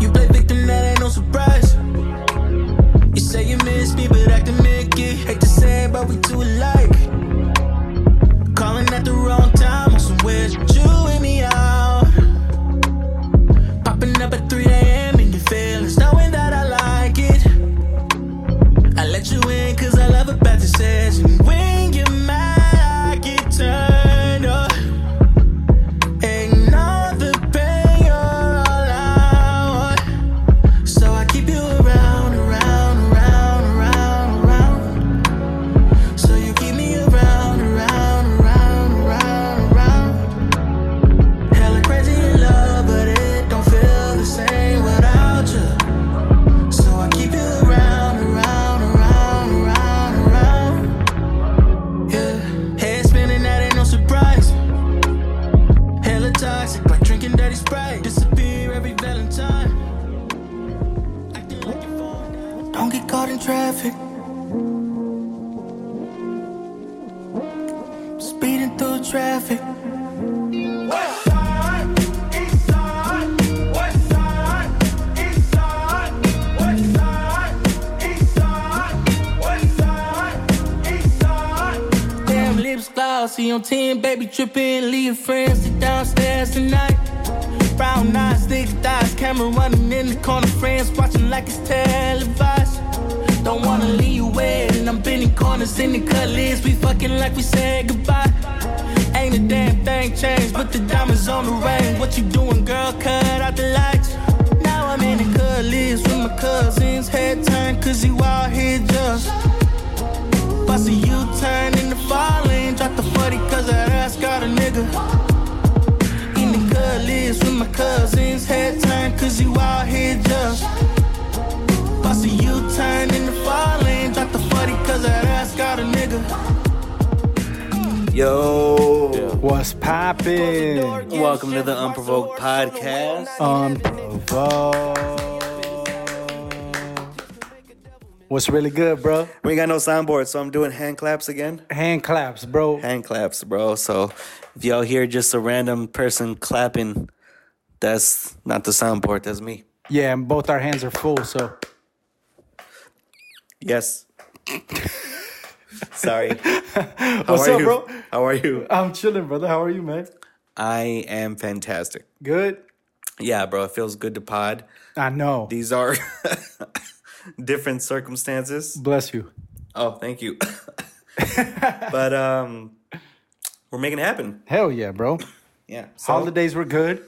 You play victim, that ain't no surprise. You say you miss me, but I can make it. Hate to say it, but we too alike. Calling at the wrong time on some weird you and me out. Popping up at 3 a.m. in your feelings, knowing that I like it. I let you in cause I love a bad decision. When you're mad, I get turned up. Ignore the pain you're all I want. So I keep you around, around, around, around, around. So you keep me around, around, around, around, around. Hella crazy in love, but it don't feel the same without you. So I keep you around, around, around, around, around. Yeah, head spinning, that ain't no surprise. Hella toxic, like drinking dirty Sprite. Disappear every Valentine. Acting like your phone. Don't get caught in traffic. Speeding through traffic. Damn lips glossy on 10, baby tripping. Leave friends sit downstairs tonight. Brown eyes, thick thighs, camera running in the corner. Friends watching like it's televised. Don't wanna leave you wet, and I'm bending corners in the cut list. We fucking like we said goodbye. Ain't a damn thing changed, but the diamonds on the ring. What you doing, girl? Cut out the lights. Now I'm in the cut list with my cousins. Head turned, cause you out here just. Bust a U-turn in the falling. Drop the 40 cause that ass got a nigga. In the cut list with my cousins. Head turn cause you out here just. Bust a U-turn in the falling. Drop the 40 cause that ass got a nigga. Yo, What's poppin'? Um, welcome to the Unprovoked Podcast. Unprovoked. What's really good, bro? We ain't got no soundboard, so I'm doing hand claps again. Hand claps, bro. Hand claps, bro. So if y'all hear just a random person clapping, that's not the soundboard. That's me. Yeah, and both our hands are full, so Yes. Sorry. How What's are up, you? bro? How are you? I'm chilling, brother. How are you, man? I am fantastic. Good. Yeah, bro. It feels good to pod. I know. These are different circumstances. Bless you. Oh, thank you. but um, we're making it happen. Hell yeah, bro. Yeah. So, Holidays were good,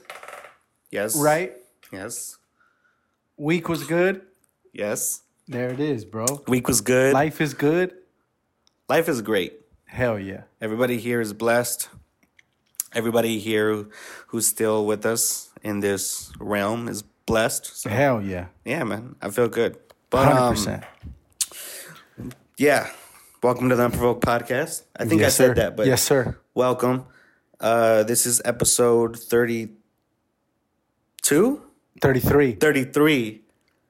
Yes. right? Yes. Week was good. Yes. There it is, bro. Week was good. Life, Life is good. is great. Hell yeah. Everybody here is blessed. Everybody here who- who's still with us in this realm is blessed. So, Hell yeah. yeah, man. Um, I feel good. But um, 100%. yeah. Welcome to the Unprovoked Podcast. I think yes, I said sir. that, but yes, sir. welcome. Uh, this is episode 32, 33. 33.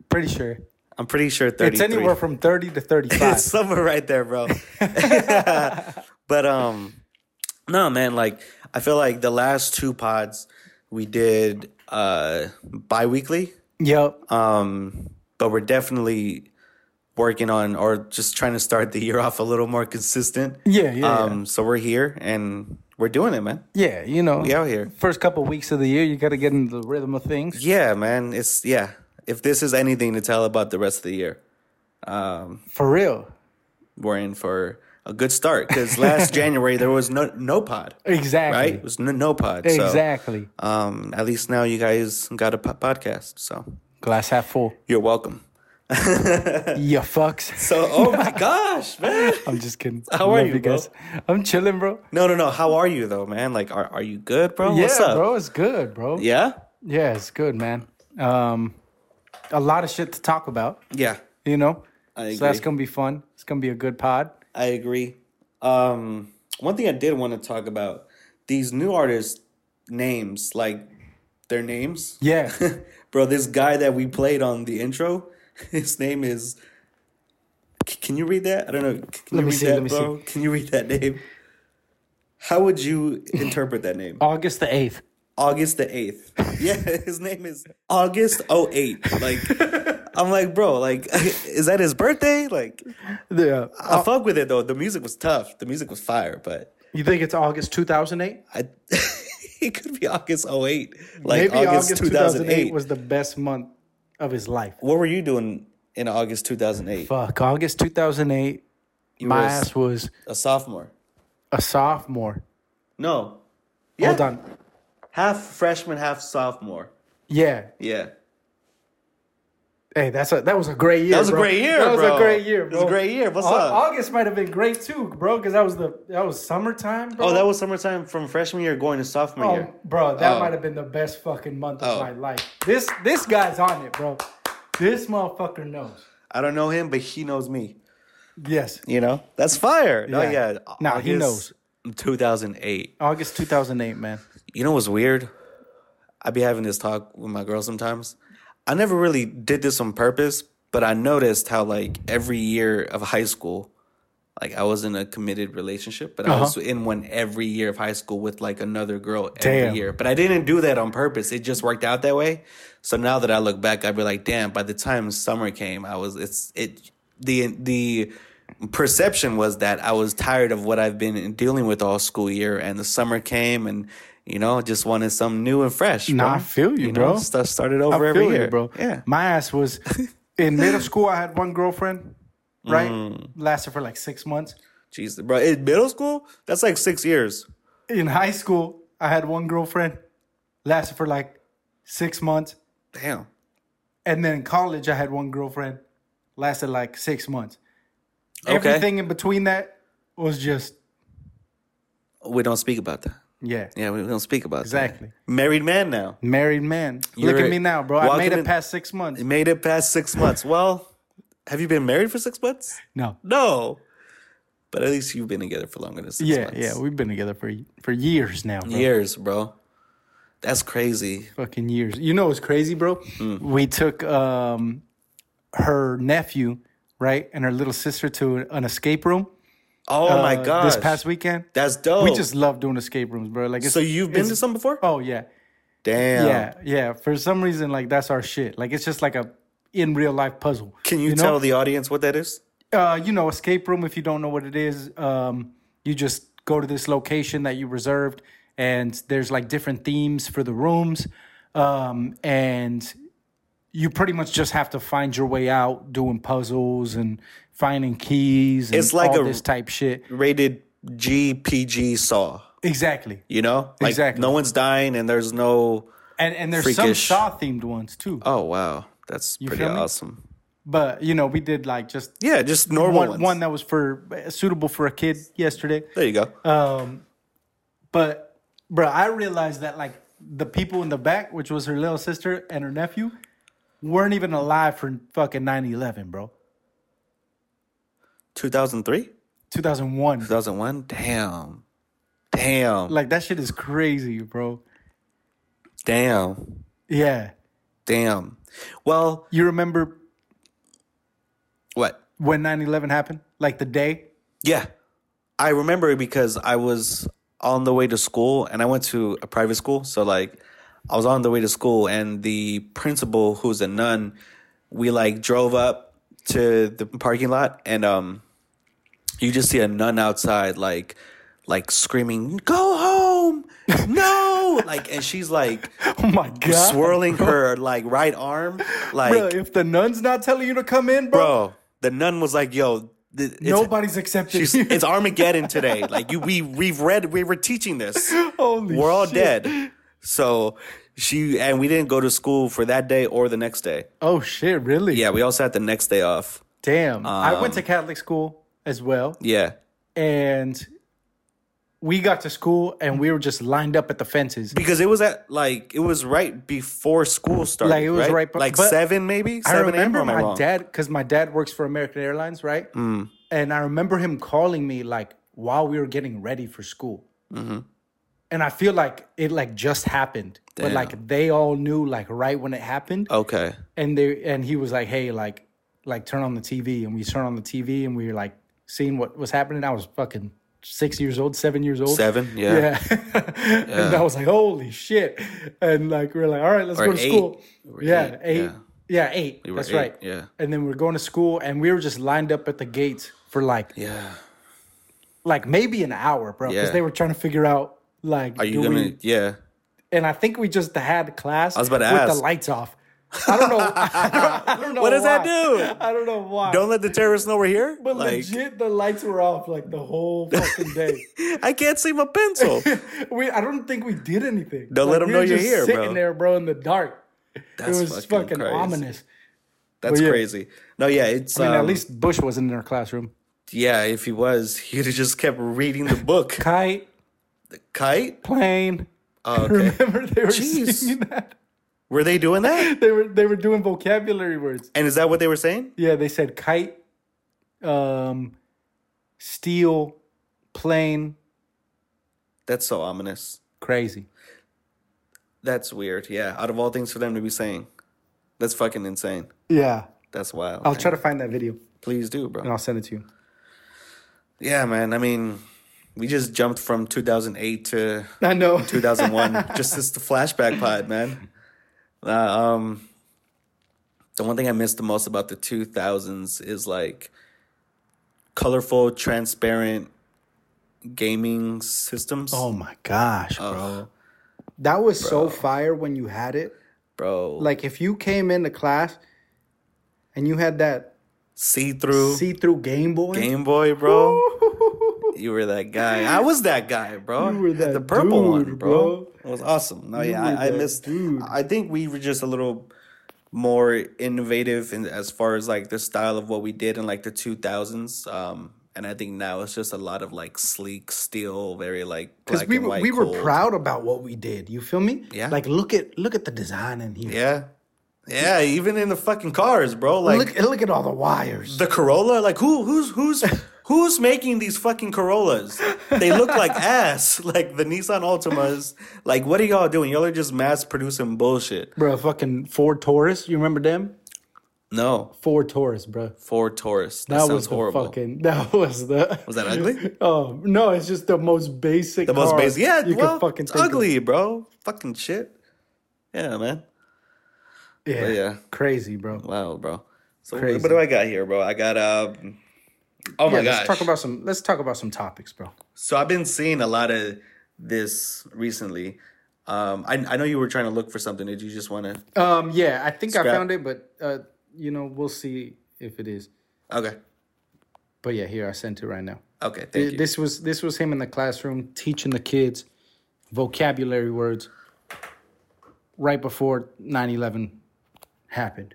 Pretty sure. I'm pretty sure 33. It's anywhere from 30 to 35. it's somewhere right there, bro. but um, no, man. Like I feel like the last two pods we did uh biweekly, yep. um, but we're definitely working on or just trying to start the year off a little more consistent. Yeah, yeah, Um, so we're here and we're doing it, man. yeah, you know. We out here. First couple weeks of the year, you got to get into the rhythm of things. Yeah, man. It's yeah. If this is anything to tell about the rest of the year, For real. we're in for a good start because last January there was no no pod. right? Exactly. It was no, no pod. Exactly. So, um, at least now you guys got a po- podcast, so Glass half full. you're welcome. you fucks. So, oh my gosh, man. I'm just kidding. How are Love you, I'm chilling, bro. No, no, no. How are you though, man? Like, are are you good, bro? yeah, What's up? bro. It's good, bro. Yeah. Yeah, it's good, man. Um, a lot of shit to talk about, yeah. you know? I So that's agree. going to be fun. It's going to be a good pod. I agree. Um, one thing I did want to talk about these new artists' names, like their names. Yeah. Bro, this guy that we played on the intro, his name is. C- Can you read that? I don't know. C- Can Let you me read see, that, let me see. bro? Can you read that name? How would you interpret that name? August the 8th. August the 8th. Yeah, his name is August 08. Like, I'm like, bro, like, is that his birthday? Like, Yeah. I fuck with it though. The music was tough. The music was fire, but You think it's August 2008? I, it could be August 08. Like, Maybe August, 2008. August, 2008 was the best month of his life. what were you doing in August 2008? Fuck, August 2008, You my were a s- ass was a sophomore. a sophomore. No. Yeah. Hold on. Half freshman, half sophomore. Yeah. Yeah. Hey, that's a that was a great year. was a bro. great year, That was bro. a great year, It bro. was a great year. What's Au- up? August might have been great too, bro, because that was the that was summertime, bro. Oh, that was summertime from freshman year going to sophomore year. Oh, bro, that Oh. might have been the best fucking month of Oh. my life. This this guy's on it, bro. This motherfucker knows. I don't know him, but he knows me. Yes. You know? That's fire. No, Yeah. yeah. Nah, he August 2008. August 2008, man. You know what's weird? I be having this talk with my girl sometimes. I never really did this on purpose, but I noticed how like every year of high school, like I was in a committed relationship, Uh-huh. but I was in one every year of high school with like another girl every Damn. year. But I didn't do that on purpose. It just worked out that way. So now that I look back, I'd be like, damn, by the time summer came, I was it's it the the perception was that I was tired of what I've been dealing with all school year and the summer came and you know, just wanted something new and fresh. Nah, bro. I feel you, know, bro. stuff started over I every feel you, year, bro. Yeah. My ass was in middle school. I had one girlfriend, right? Mm. Lasted for like six months. Jesus, bro. In middle school, that's like six years. In high school, I had one girlfriend, lasted for like six months. Damn. And then in college, I had one girlfriend, lasted like six months. Okay. Everything in between that was just, We don't speak about that. yeah, Yeah, we don't speak about that. exactly. Married man now. Married man. Look You're at me now, bro. I walking made it in- past six months. Made it past six months. Well, have you been married for six months? No. No. But at least you've been together for longer than six Yeah, months. yeah. We've been together for for years now, bro. Years, bro. That's crazy. fucking years. You know what's crazy, bro? Hmm. We took um her nephew, right, and her little sister to an escape room. Oh my uh, god. This past weekend. That's dope. we just love doing escape rooms, bro. Like it's, So you've been it's- to some before? Oh yeah. Damn. Yeah, yeah. For some reason, like that's our shit. Like it's just like a in real life puzzle. Can you, know? tell the audience what that is? uh, you know, escape room. If you don't know what it is, um, you just go to this location that you reserved, and there's like different themes for the rooms, um, and you pretty much just have to find your way out doing puzzles and finding keys. And It's like all a- this type shit. Rated G P G Saw. Exactly, You know? Like Exactly. no one's dying and there's no and and there's Freakish. some Saw themed ones too. Oh wow. That's pretty feel me? awesome. But you know, we did like just Yeah, just normal one ones. one that was for suitable for a kid yesterday. there you go. Uh, Um, But bro, I realized that like the people in the back, which was her little sister and her nephew, weren't even alive for fucking 9-11, bro. 2003? 2001. 2001? Damn. Damn. Like that shit is crazy, bro. Damn. Yeah. Damn. Well, You remember what? when 9-11 happened? Like the day? Yeah. I remember it because I was on the way to school and I went to a private school. So, like, I was on the way to school and the principal, who's a nun, we like drove up to the parking lot and, um, you just see a nun outside, like, like screaming, "Go home, no!" like, and she's like Oh my god. swirling her like right arm, like, Bro, if the nun's not telling you to come in, bro, bro. The nun was like, "Yo, th- it's- nobody's accepting She's, you. it's Armageddon today. Like you, we we've read we were teaching this. Holy we're all shit. dead. So she and we didn't go to school for that day or the next day. Oh shit, really? Yeah, Um, we also had the next day off. Damn. I went to Catholic school as well. Yeah, and we got to school and we were just lined up at the fences. because it was at like it was right before school started. Like, it was right be- like but seven maybe. I Seven a.m. remember or am I my wrong? Mm. dad because my dad works for American Airlines, right? Mm-hmm. And I remember him calling me like while we were getting ready for school, and and I feel like it like just happened, but Damn. Oh, like they all knew like right when it happened, Okay. and they and he was like, hey, like like turn on the TV, and we turn on the TV, and we were like seeing what was happening. I was fucking six years old, seven years old, Seven. Yeah. yeah. and I was like, holy shit. And like, we are like, all right, let's Or go to eight. school. were Yeah, eight, eight. Yeah, yeah. eight. were That's eight, right. yeah. And then we're going to school and we were just lined up at the gates for like, Yeah. like maybe an hour, bro. Because Yeah. they were trying to figure out, like, Are you do gonna? we- yeah. and I think we just had class I was about to with the ask. lights off. I don't know. I don't, I don't know What does that why. do? I don't know why. Don't let the terrorists know we're here. but like, legit, the lights were off like the whole fucking day. I can't see my pencil. We, I don't think we did anything. Don't let 'em we know were you're just here, sitting bro. there, bro, in the dark. That's it was fucking, crazy. ominous. That's yeah. crazy. No, yeah, it's. I mean, um, at least Bush wasn't in our classroom. Yeah, if he was, he'd have just kept reading the book. Kite, Kite? plane. Oh, okay. Remember they were Jeez. singing that. Were they doing that? They were they were doing vocabulary words. And is that what they were saying? Yeah, they said kite, um, steel, plane. That's so ominous. Crazy. That's weird. Yeah, out of all things for them to be saying, that's fucking insane. Yeah, That's wild. I'll man. try to find that video Please do, bro. and I'll send it to you. Yeah, man. I mean, we just jumped from 2008 to I know. 2001. just as the flashback pod, man. Uh, um, the one thing I miss the most about the 2000s is like colorful, transparent gaming systems. Oh my gosh, bro. that was so fire when you had it. bro. Like Like if you came into class and you had that see through see-through Game Boy. Game Boy, bro. You were that guy. I was that guy, bro. You were that the purple one, dude, bro. bro. It was awesome. No, yeah, were I, I that missed. dude. I think we were just a little more innovative in, as far as like the style of what we did in like the 2000s. Um, and I think now it's just a lot of like sleek steel, very like because black we and were- white. we were cold. proud about what we did. You feel me? Yeah. Like look at look at the design in here. Yeah, yeah. Even in the fucking cars, bro. Like look look at all the wires. the Corolla. Like who who's who's who's making these fucking Corollas? They look like ass. Like the Nissan Altimas. Like what are y'all doing? Y'all are just mass producing bullshit. Bro, fucking Ford Taurus. You remember them? No, Ford Taurus, bro. Ford Taurus. That, That sounds was the horrible. fucking. That was the. Was that ugly? Oh no! It's just the most basic. The most car basic. Yeah, you well, can fucking it's think of. ugly, bro. Fucking shit. Yeah, man. Yeah. yeah. Oh crazy, bro. Wow, bro. So Crazy. what do I got here, bro? I got um. Oh my yeah, god. let's talk about some. Let's talk about some topics, bro. So I've been seeing a lot of this recently. Um, I, I know you were trying to look for something. Did you just want to? Um, yeah, I think I Scrap. found it, but uh, you know, we'll see if it is. Okay. But yeah, here I sent it right now. Okay. Thank Th- you. This was this was him in the classroom teaching the kids vocabulary words right before 9/11 happened.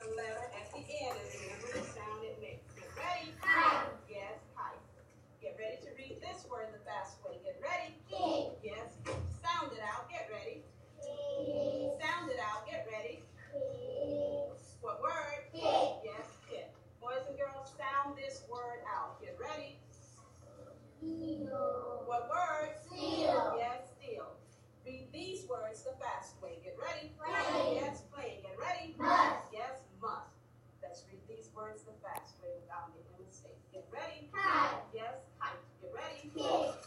The letter at the end is the number that sound it makes. Get ready? Yes, pipe. Get ready to read this word the fast way. Get ready? Yes. Sound it out. Get ready. Sound it out. Get ready. What word? Yes, kid. Boys and girls, sound this word out. Get ready. What word? Yes, steal. Read these words the fast way. Get ready. Yes, play. Get ready. Yes, must. Let's read these words the fast way without making mistakes. Get ready. Yes, height. Get ready.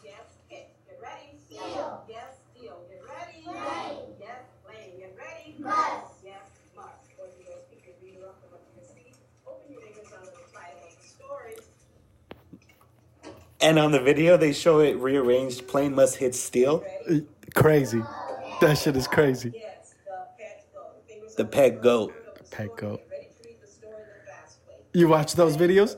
Yes, kick. Get ready. Yes, steal. Get ready. Yes, play. Get ready. Yes, must. Boys and girls, you can read it off the what you can see. Open your fingers under the title of the story. and on the video, they show it rearranged. Plane must hit steel. Uh, Crazy, that shit is crazy. Yes, the pet goat. Fingers The under pet goat. the pet story. goat. Get ready to read the story the fast way. You watch those videos,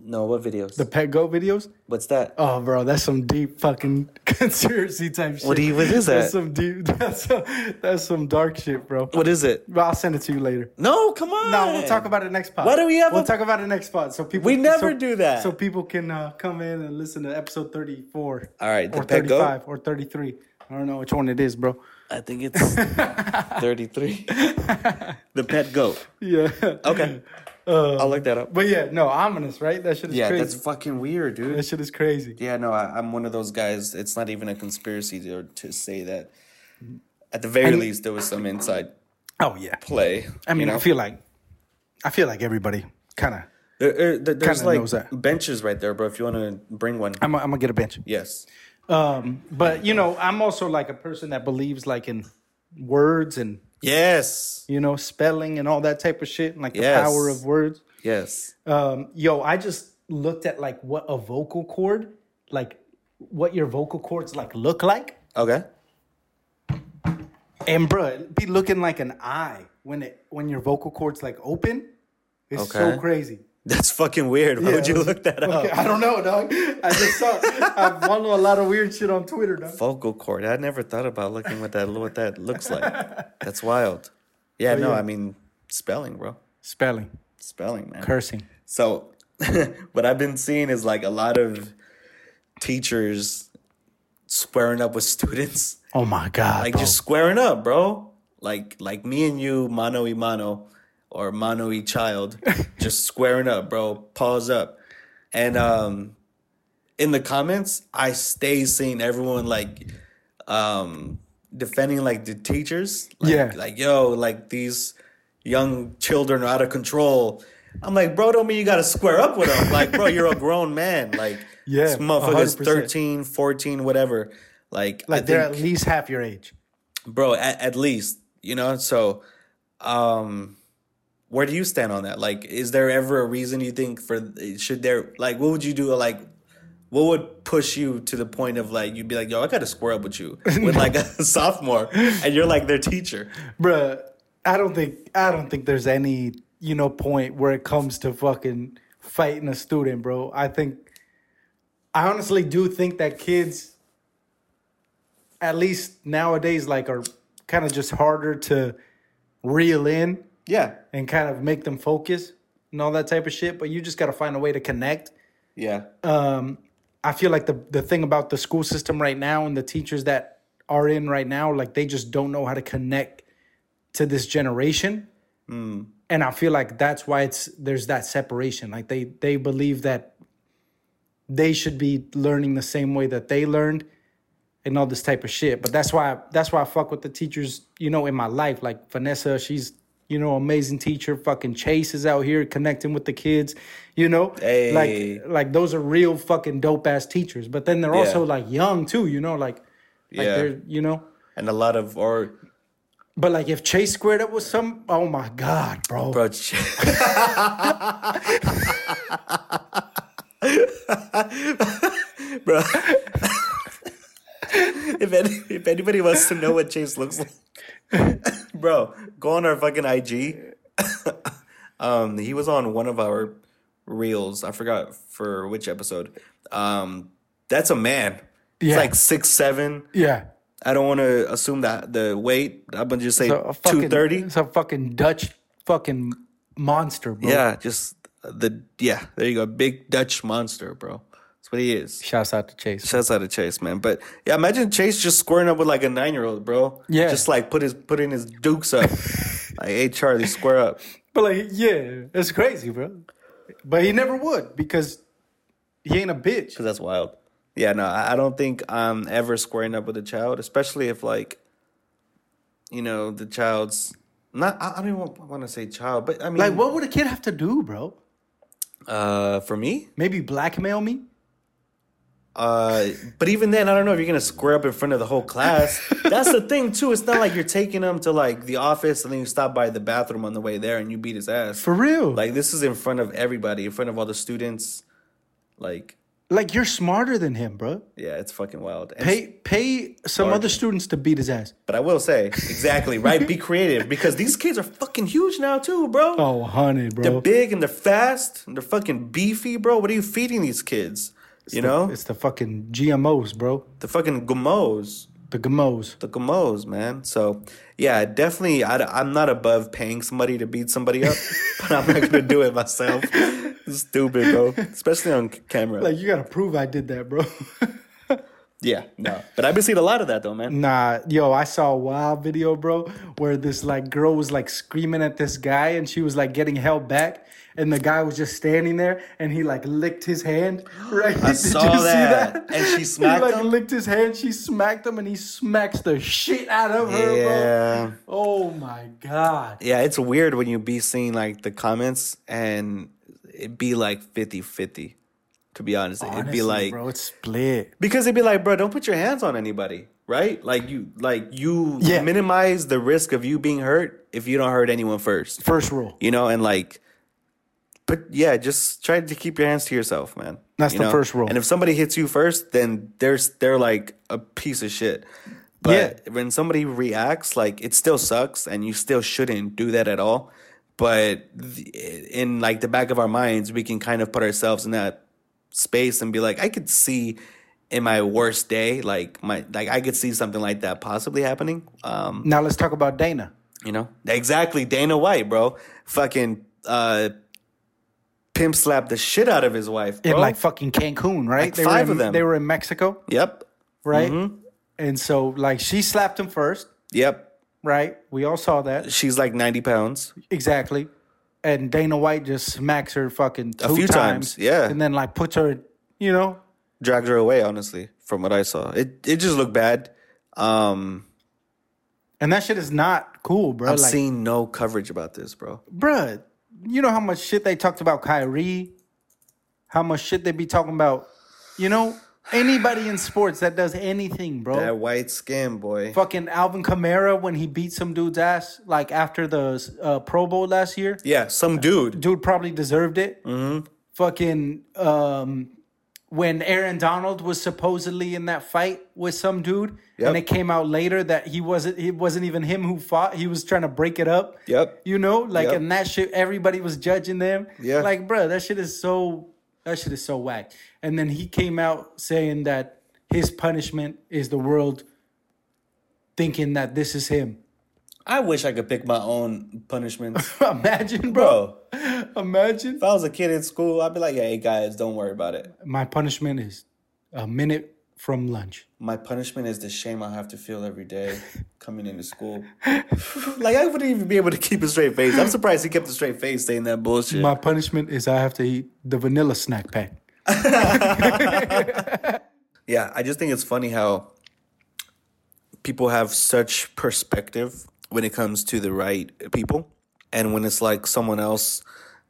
No, what videos? the Pet Go videos? What's that? Oh, bro, that's some deep fucking conspiracy type shit. What do you- what is that? That's some deep. That's some, that's some dark shit, bro. What is it? But I'll send it to you later. No, come on. No, we'll talk about it next pod. Why do we have We'll a- talk about it next pod. So people. We never so- do that. So people can uh, come in and listen to episode thirty-four. All right, the Or pet goat? thirty-five or thirty-three. I don't know which one it is, bro. I think it's thirty-three. the pet goat. Yeah. Okay. Uh, I'll look that up. But yeah, no, ominous, right? That shit is Yeah, crazy. that's fucking weird, dude. that shit is crazy. Yeah, no, I, I'm one of those guys. It's not even a conspiracy to, to say that. At the very And- least, there was some inside Oh yeah. play. I mean, you know? I feel like, I feel like everybody kind of. There- there- there- there's Kinda knows like that. benches right there, bro. If you want to bring one, I'm, I'm gonna get a bench. yes. Um, but you know, I'm also like a person that believes like in words and Yes. you know spelling and all that type of shit, and like the Yes. power of words. Yes. Um, yo, I just looked at like what a vocal cord, like what your vocal cords like look like, Okay. and bruh, it be looking like an eye when it when your vocal cords like open. It's so Okay. crazy. That's fucking weird. Why would you look that up? I don't know, dog. I just saw. I follow a lot of weird shit on Twitter, dog. Vocal cord. I never thought about looking what that what that looks like. That's wild. Yeah. no, Oh, yeah. I mean spelling, bro. Spelling, Spelling, man. cursing. So what I've been seeing is like a lot of teachers squaring up with students. Oh my god! Like bro. just squaring up, bro. Like like me and you, mano y mano, or mano y child, just squaring up, bro. Pause up. And um in the comments, I stay seeing everyone like um defending like the teachers. Like, Yeah. Like, yo, like these young children are out of control. I'm like, bro, don't mean you gotta square up with them. Like, bro, you're a grown man. Like, Yeah, this motherfucker's 100%. 13, 14, whatever. Like, I like they're think- at least half your age. bro at, at least you know so um where do you stand on that like is there ever a reason you think for should there like what would you do like what would push you to the point of like you'd be like yo i gotta square up with you with like a sophomore and you're like their teacher bruh i don't think i don't think there's any you know point where it comes to fucking fighting a student bro i think i honestly do think that kids at least nowadays like are kind of just harder to reel in yeah and kind of make them focus and all that type of shit but you just got to find a way to connect yeah um, I feel like the the thing about the school system right now and the teachers that are in right now, like they just don't know how to connect to this generation. And I feel like that's why it's there's that separation. Like they they believe that they should be learning the same way that they learned and all this type of shit. But that's why that's why I fuck with the teachers, you know, in my life. Like Vanessa, she's you know amazing teacher. Fucking Chase is out here connecting with the kids, you know. Hey. Like like those are real fucking dope ass teachers. But then they're Yeah. also like young too, you know, like like Yeah. they're you know. and a lot of or But like if Chase squared up with some, oh my god, bro. bro ch- bro if, any, if anybody wants to know what chase looks like bro go on our fucking ig um he was on one of our reels i forgot for which episode um that's a man he's Yeah. like six seven Yeah, i don't want to assume that the weight i'm gonna just say So a fucking- 230 It's a fucking Dutch fucking monster, bro. Yeah, just the yeah. There you go, big Dutch monster, bro. That's what he is. Shouts out to Chase. Shouts out to Chase, man. But yeah, imagine Chase just squaring up with like a nine year old, bro. Yeah. just like put his put in his dukes up. like, hey, Charlie, square up. But like, yeah, it's crazy, bro. But he never would because he ain't a bitch. Cause that's wild. Yeah, no, I I don't think I'm ever squaring up with a child, especially if like, you know, the child's not. I I don't even want to say child, but I mean, Like, what would a kid have to do, bro? Uh, for me, Maybe blackmail me? Uh, but even then, I don't know if you're gonna square up in front of the whole class. That's the thing too. It's not like you're taking him to like the office and then you stop by the bathroom on the way there and you beat his ass. For real? Like, Like this is in front of everybody, in front of all the students. Like, like you're smarter than him, bro. yeah, it's fucking wild. And- Pay pay some Smart. other students to beat his ass. but I will say, exactly right. Be creative because these kids are fucking huge now too, bro. Oh, honey, bro. They're big and they're fast and they're fucking beefy, bro. What are you feeding these kids? you know, It's the fucking GMOs, bro. the fucking gumos. The GMOs. the gamos, man. So yeah, definitely. I, am not above paying somebody to beat somebody up, but I'm not gonna do it myself. It's stupid, bro. Especially on c- camera. Like, you gotta prove I did that, bro. Yeah, no. But I've been seeing a lot of that though, man. Nah, yo, I saw a wild video, bro, where this like girl was like screaming at this guy and she was like getting held back and the guy was just standing there and he like licked his hand, right? Did you saw see that. And she smacked he, like, him? licked his hand, she smacked him and he smacks the shit out of her, Yeah. bro. Oh my god. Yeah, it's weird when you be seeing like the comments and it be like 50 50, to be honest. it'd Honestly, be like, bro, it's split. because it'd be like, bro, don't put your hands on anybody, right? Like you, like you Yeah. minimize the risk of you being hurt if you don't hurt anyone first, First rule. you know, and like, but yeah, just try to keep your hands to yourself, man. That's you the know? first rule. And if somebody hits you first, then there's they're like a piece of shit. But when somebody reacts, like it still sucks, and you still shouldn't do that at all. But th- in like the back of our minds, we can kind of put ourselves in that space and be like, I could see in my worst day, like my like I could see something like that possibly happening. Um, Now let's talk about Dana. you know? Exactly. Dana White, bro. Fucking uh pimp slapped the shit out of his wife, bro. In like fucking Cancun, right? Oh. Like they five were in, of them. Mm-hmm. They were in Mexico, yep. right? And so like she slapped him first. Yep. right? We all saw that She's like 90 pounds. exactly. And Dana White just smacks her fucking two few times, times, yeah. and then like puts her, you know, Dragged her away, honestly, from what I saw. It it just looked bad. Um and that shit is not cool, bro. I'm like, seeing no coverage about this, bro. bro, you know how much shit they talked about Kyrie, how much shit they be talking about, you know, anybody in sports that does anything, bro. That white skin, boy. Fucking Alvin Kamara when he beat some dude's ass like after the uh, Pro Bowl last year. Yeah, some dude. dude probably deserved it. Fucking um, when Aaron Donald was supposedly in that fight with some dude, Yep. and it came out later that he wasn't. It wasn't even him who fought. He was trying to break it up. Yep. You know, like Yep. and that shit. Everybody was judging them. Yeah. Like, bro, that shit is so. That shit is so whack. And then he came out saying that his punishment is the world thinking that this is him. I wish I could pick my own punishments. Imagine, Bro, bro. Imagine. if I was a kid in school, I'd be like, yeah, hey guys, don't worry about it. my punishment is a minute from lunch. my punishment is the shame I have to feel every day coming into school. like I wouldn't even be able to keep a straight face. I'm surprised he kept a straight face saying that bullshit. My punishment is I have to eat the vanilla snack pack. yeah, I just think it's funny how people have such perspective when it comes to the right people, and when it's like someone else,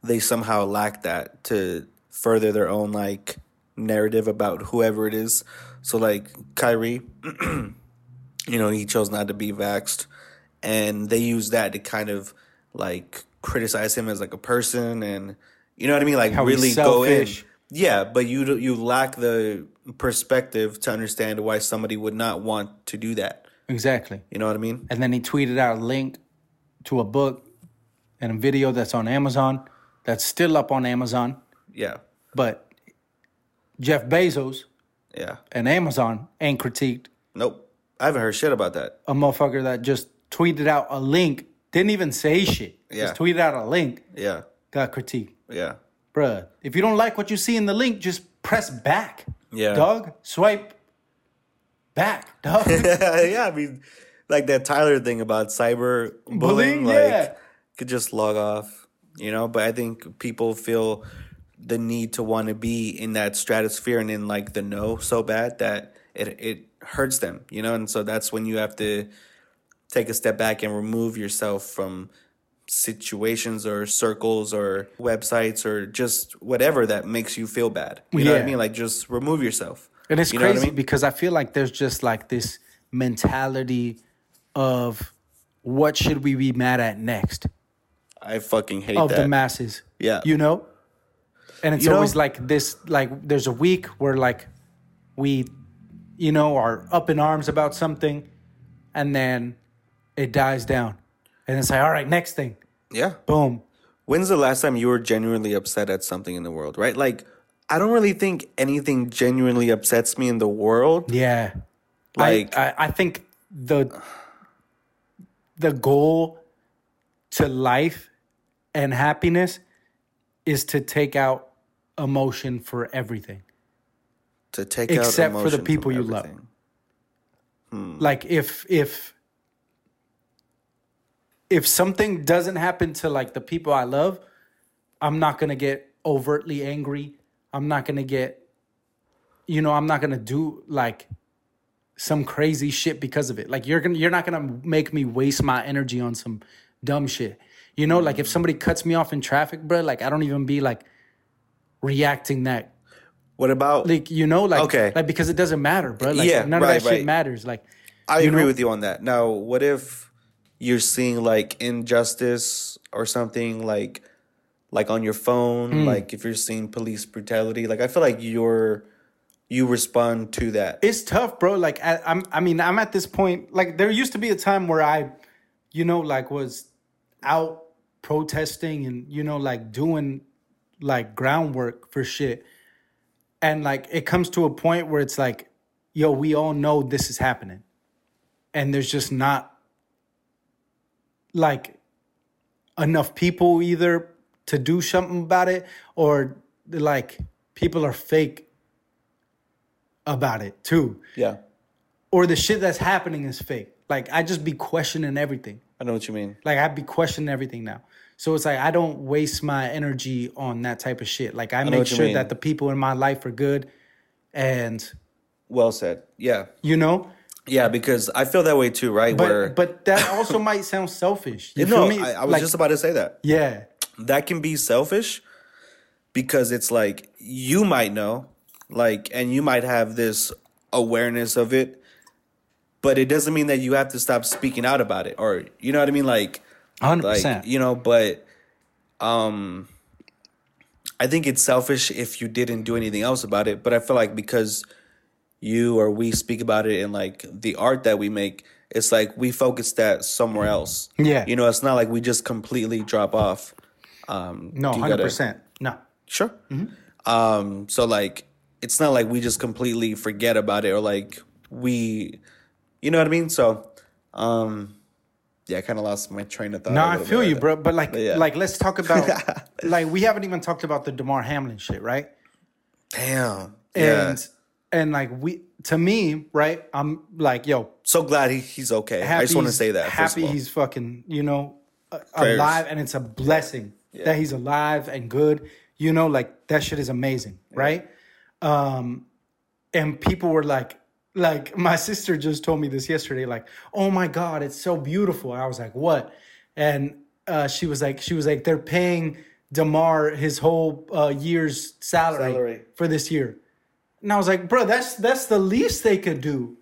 they somehow lack that to further their own like narrative about whoever it is. So like Kyrie, you know, he chose not to be vaxxed. And they use that to kind of like criticize him as like a person and you know what I mean? Like How he's really go in. selfish. Yeah, but you do- you lack the perspective to understand why somebody would not want to do that. Exactly. You know what I mean? And then he tweeted out a link to a book and a video that's on Amazon, that's still up on Amazon. Yeah. But Jeff Bezos Yeah. and Amazon ain't critiqued Nope. I haven't heard shit about that. a motherfucker that just tweeted out a link, didn't even say shit. Yeah. Just tweeted out a link, Yeah. got critiqued. Yeah. bruh, if you don't like what you see in the link, just press back. Yeah. Dog, swipe back, dog. yeah, I mean like that Tyler thing about cyber bullying, Bullying, like yeah. could just log off, you know. But I think people feel the need to want to be in that stratosphere and in like the know so bad that it it hurts them, you know. And so that's when you have to take a step back and remove yourself from situations or circles or websites or just whatever that makes you feel bad. You know what I Yeah. mean? Like just remove yourself. and it's You know what I crazy mean? because I feel like there's just like this mentality of what should we be mad at next I fucking hate of that. the masses. Yeah. You know? And it's You know- always like this like there's a week where like we you know are up in arms about something and then it dies down. And it's like, all right, next thing. yeah. Boom. When's the last time you were genuinely upset at something in the world, right? Like, I don't really think anything genuinely upsets me in the world. Yeah. Like, I, I, I think the the goal to life and happiness is to take out emotion for everything. to take out Except for the emotion from people you love. everything. like if if if something doesn't happen to like the people i love i'm not gonna get overtly angry i'm not gonna get you know i'm not gonna do like some crazy shit because of it like you're gonna you're not gonna make me waste my energy on some dumb shit you know like if Mm-hmm. somebody cuts me off in traffic bro like i don't even be like reacting that What about? like you know like Okay. like because it doesn't matter bro like Yeah, none right, of that shit right. matters like I agree know? with you on that. Now, what if you're seeing like injustice or something like like on your phone, Hmm. like if you're seeing police brutality, like I feel like you're you respond to that. it's tough, bro. Like I, I'm, I mean, I'm at this point. Like there used to be a time where I, you know, like was out protesting and you know, like doing like groundwork for shit, and like it comes to a point where it's like, yo, we all know this is happening, and there's just not like enough people either to do something about it or like people are fake about it too yeah. or the shit that's happening is fake. Like I just be questioning everything. I know what you mean. Like I be questioning everything now. So it's like I don't waste my energy on that type of shit. Like I, make what you sure mean. that the people in my life are good and Well said. Yeah. you know, Yeah, because I feel that way too, right? but Where but that also might sound selfish. You no, feel me? I, I was Like, just about to say that. yeah. That can be selfish because it's like you might know, like, and you might have this awareness of it, but it doesn't mean that you have to stop speaking out about it, or you know what I mean, like, 100%. like you know. But um, I think it's selfish if you didn't do anything else about it. But I feel like because you or we speak about it in like the art that we make, it's like we focus that somewhere else. Yeah. you know, it's not like we just completely drop off. Um, no, you gotta- 100%. No. Sure. Um, so like it's not like we just completely forget about it or like we you know what I mean? So um yeah, I kinda lost my train of thought. No, a I little feel bit. you, bro. But like, yeah. like, let's talk about like we haven't even talked about the Demar Hamlin shit, right? Damn. Yeah. And and like we, to me, right? I'm like, yo, so glad he, he's okay. I just want to he's- say that. First Happy of all. he's fucking, you know, a- Prayers. alive, and it's a blessing that he's alive and good. You know, like that shit is amazing, right? Um, and people were like, like my sister just told me this yesterday, like, oh my god, it's so beautiful. I was like, what? And uh, she was like, she was like, they're paying Demar his whole uh, year's salary, Salary. for this year. And I was like, bro, that's that's the least they could do.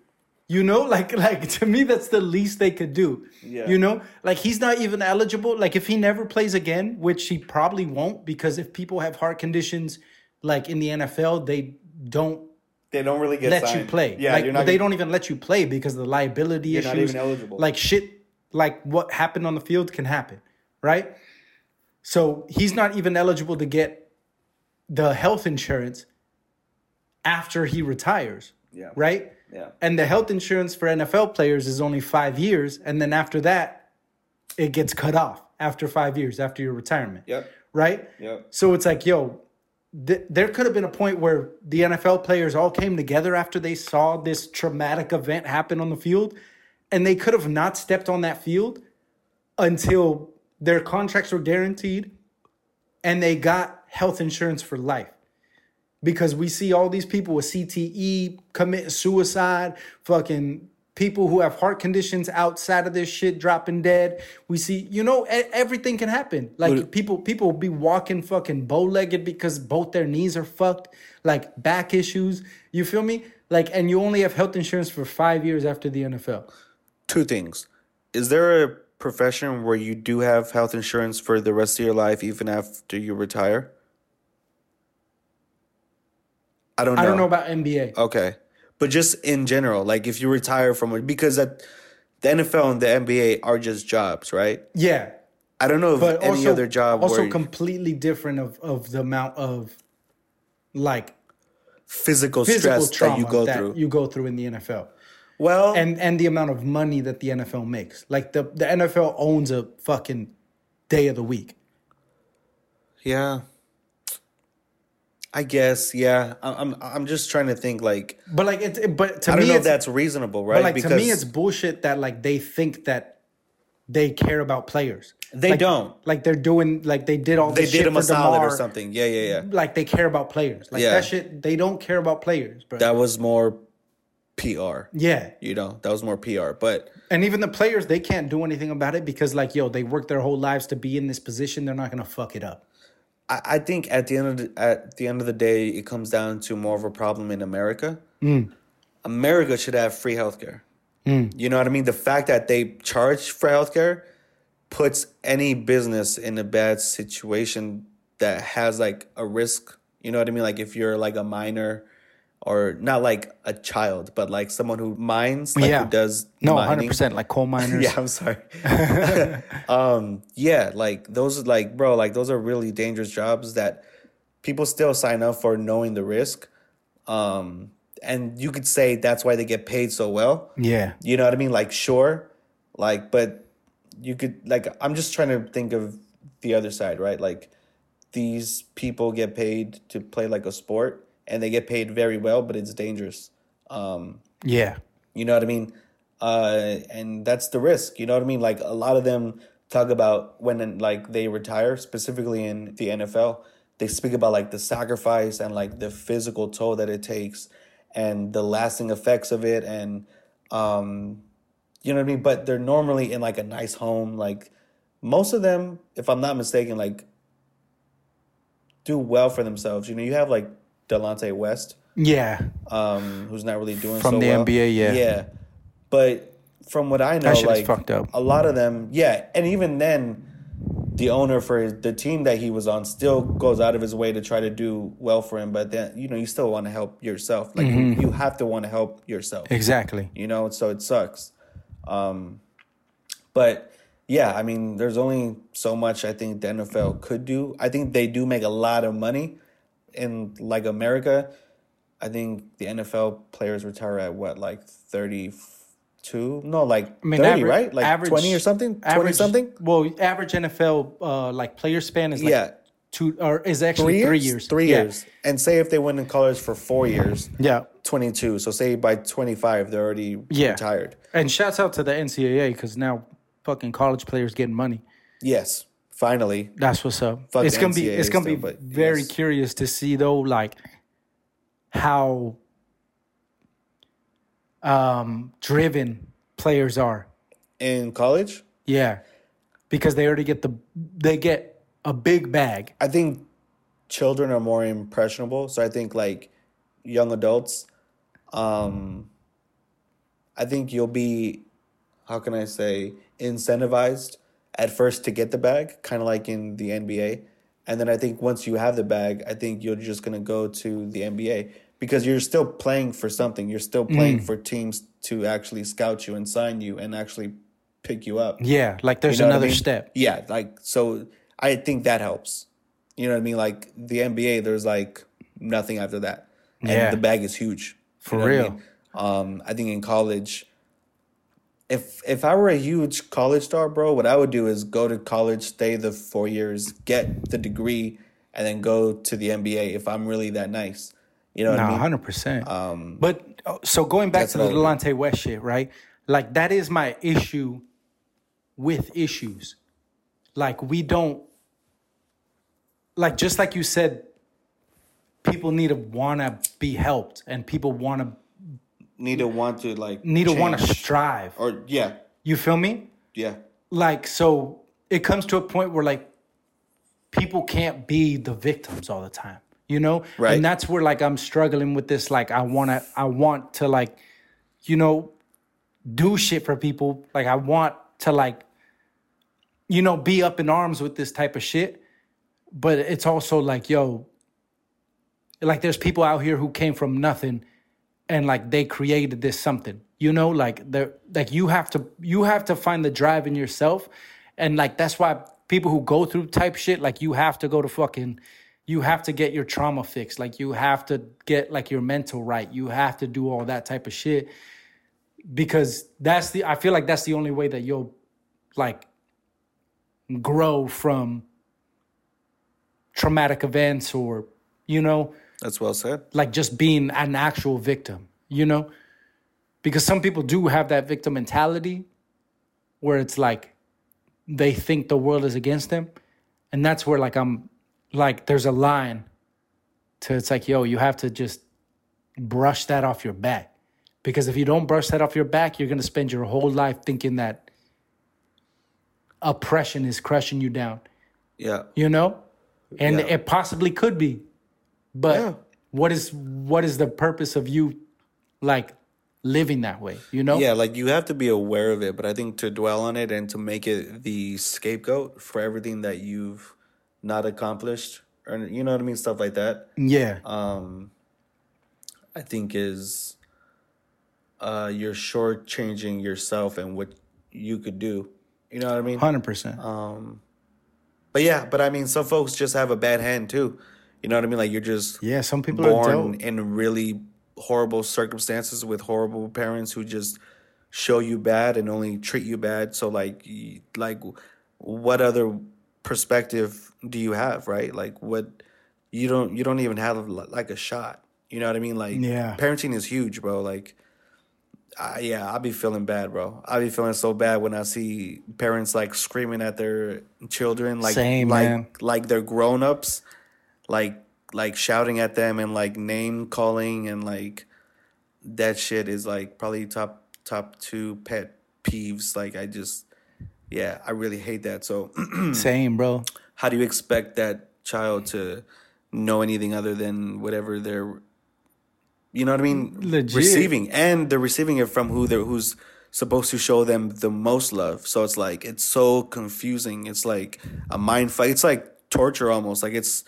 You know, like like to me, that's the least they could do. Yeah. You know, like he's not even eligible. Like if he never plays again, which he probably won't, because if people have heart conditions, like in the NFL, they don't they don't really get let you play. like they don't even let you play because of the liability not issues. even eligible. Like shit, like what happened on the field can happen, right? So he's not even eligible to get the health insurance after he retires, Yeah. right? Yeah. And the health insurance for NFL players is only five years, and then after that, it gets cut off after five years after your retirement. Yep. Right. Yep. So it's like, yo, th- there could have been a point where the NFL players all came together after they saw this traumatic event happen on the field, and they could have not stepped on that field until their contracts were guaranteed and they got health insurance for life. Because we see all these people with CTE commit suicide, fucking people who have heart conditions outside of this shit dropping dead. We see, you know, e- everything can happen. Like people, people be walking fucking bow legged because both their knees are fucked, like back issues. You feel me? Like, and you only have health insurance for five years after the NFL. Two things. Is there a profession where you do have health insurance for the rest of your life even after you retire? I don't know. I don't know about NBA. Okay. But just in general, like if you retire from it, because that the NFL and the NBA are just jobs, right? Yeah, I don't know of but any also, other job also where completely different of of the amount of like physical, physical stress trauma that you go that through. you go through in the NFL, well, and and the amount of money that the NFL makes. Like the the NFL owns a fucking day of the week. yeah, I guess, yeah. I- I'm I'm just trying to think like But like it, it- but to I me don't know if it's, that's reasonable, right? but like to me it's bullshit that like they think that they care about players. They Like- don't. Like they're doing like they did all they this did shit him a for solid or DeMar. something. Yeah, yeah, yeah. Like they care about players. Like Yeah. that shit they don't care about players, bro. That was more PR. yeah. You know, that was more PR. But And even the players they can't do anything about it because like yo, they worked their whole lives to be in this position, they're not going to fuck it up. I, I think at the end of the, at the end of the day, it comes down to more of a problem in America. Hmm. America should have free healthcare. You know what I mean? The fact that they charge for healthcare puts any business in a bad situation that has like a risk. You know what I mean? Like if you're like a minor or not like a child, but like someone who mines, like Yeah. who does No, mining. 100%. Like coal miners. Yeah, I'm sorry. um, yeah, like those, are like bro, like those are really dangerous jobs that people still sign up for, knowing the risk. Um, and you could say that's why they get paid so well. Yeah. You know what I mean? Like, sure, like, but you could like. I'm just trying to think of the other side, right? Like, these people get paid to play like a sport, and they get paid very well, but it's dangerous. Um, Yeah. you know what I mean? Uh, and that's the risk. You know what I mean? Like a lot of them talk about when like they retire, specifically in the NFL, they speak about like the sacrifice and like the physical toll that it takes and the lasting effects of it and um you know what I mean? But they're normally in like a nice home. Like most of them, if I'm not mistaken, like do well for themselves. You know, you have like Delonte West, Yeah. um, who's not really doing From so the well. NBA, yeah. yeah. But from what I know, shit is like fucked up. a lot of them, yeah, and even then, the owner for the team that he was on still goes out of his way to try to do well for him. But then you know you still want to help yourself. Like Mm-hmm. you, you have to want to help yourself. Exactly. You know, so it sucks. Um, but yeah, I mean, there's only so much I think the NFL could do. I think they do make a lot of money in like America. I think the NFL players retire at what, like 32? No, like mean, 30, aver- right? Like average- 20 or something? 20 Average- something? Well, average NFL uh, like player span is like Yeah. two or is actually three years. Three Yeah. years. And say if they went in college for four years, Yeah. 22. So say by 25, they're already Yeah. retired. And shouts out to the NCAA because now fucking college players getting money. Yes, finally. That's what's up. Fuck it's the gonna be NCAA it's gonna still, be but very yes. curious to see though, like how um driven players are. In college? Yeah. Because they already get the they get a big bag. I think children are more impressionable. So I think like young adults, um, I think you'll be, how can I say, incentivized at first to get the bag, kind of like in the NBA. And then I think once you have the bag, I think you're just going to go to the NBA because you're still playing for something. You're still playing for teams to actually scout you and sign you and actually pick you up. Yeah, like there's You know what I another mean? step. Yeah, like so I think that helps. You know what I mean? Like the NBA, there's like nothing after that. And Yeah. the bag is huge. For You know what I real. mean? Um, I think in college, if if I were a huge college star, bro, what I would do is go to college, stay the four years, get the degree, and then go to the NBA if I'm really that nice. You know what No, I mean? Um, hundred percent. But oh, so going back that's to the what I Delonte West shit, right? Like that is my issue with issues. Like we don't, like just like you said, people need to want to be helped, and people want to Need to want to like need to want to change. strive. or yeah, You feel me? yeah. Like so, it comes to a point where like people can't be the victims all the time, you know? Right. And that's where like I'm struggling with this. Like I wanna, I want to like, you know, do shit for people. Like I want to like, you know, be up in arms with this type of shit. But it's also like, yo, like there's people out here who came from nothing and like they created this something you know like they're like you have to you have to find the drive in yourself and like that's why people who go through type shit like you have to go to fucking you have to get your trauma fixed like you have to get like your mental right you have to do all that type of shit because that's the i feel like that's the only way that you'll like grow from traumatic events or you know, That's well said. like just being an actual victim, you know? Because some people do have that victim mentality where it's like they think the world is against them. And that's where like I'm like there's a line to it's like, yo, you have to just brush that off your back. Because if you don't brush that off your back, you're gonna spend your whole life thinking that oppression is crushing you down Yeah. you know and Yeah. it possibly could be but Yeah. what is what is the purpose of you like living that way you know Yeah, like you have to be aware of it, but I think to dwell on it and to make it the scapegoat for everything that you've not accomplished or you know what I mean, stuff like that. yeah Um I think is uh you're shortchanging yourself and what you could do. You know what I mean? 100% uh, But yeah, but I mean some folks just have a bad hand too. You know what I mean? Like you're just yeah some people are born dope in really horrible circumstances with horrible parents who just show you bad and only treat you bad so like y- like what other perspective do you have right like what you don't you don't even have li- like a shot you know what i mean like Yeah. parenting is huge bro like I yeah i'll be feeling bad bro i'll be feeling so bad when i see parents like screaming at their children like Same, like man. like they're grown-ups like like shouting at them and like name calling and like that shit is like probably top top two pet peeves like i just yeah i really hate that so same bro how do you expect that child to know anything other than whatever they're you know what i mean Legit. receiving and they're receiving it from who they're who's supposed to show them the most love so it's like it's so confusing it's like a mind fight it's like torture almost like it's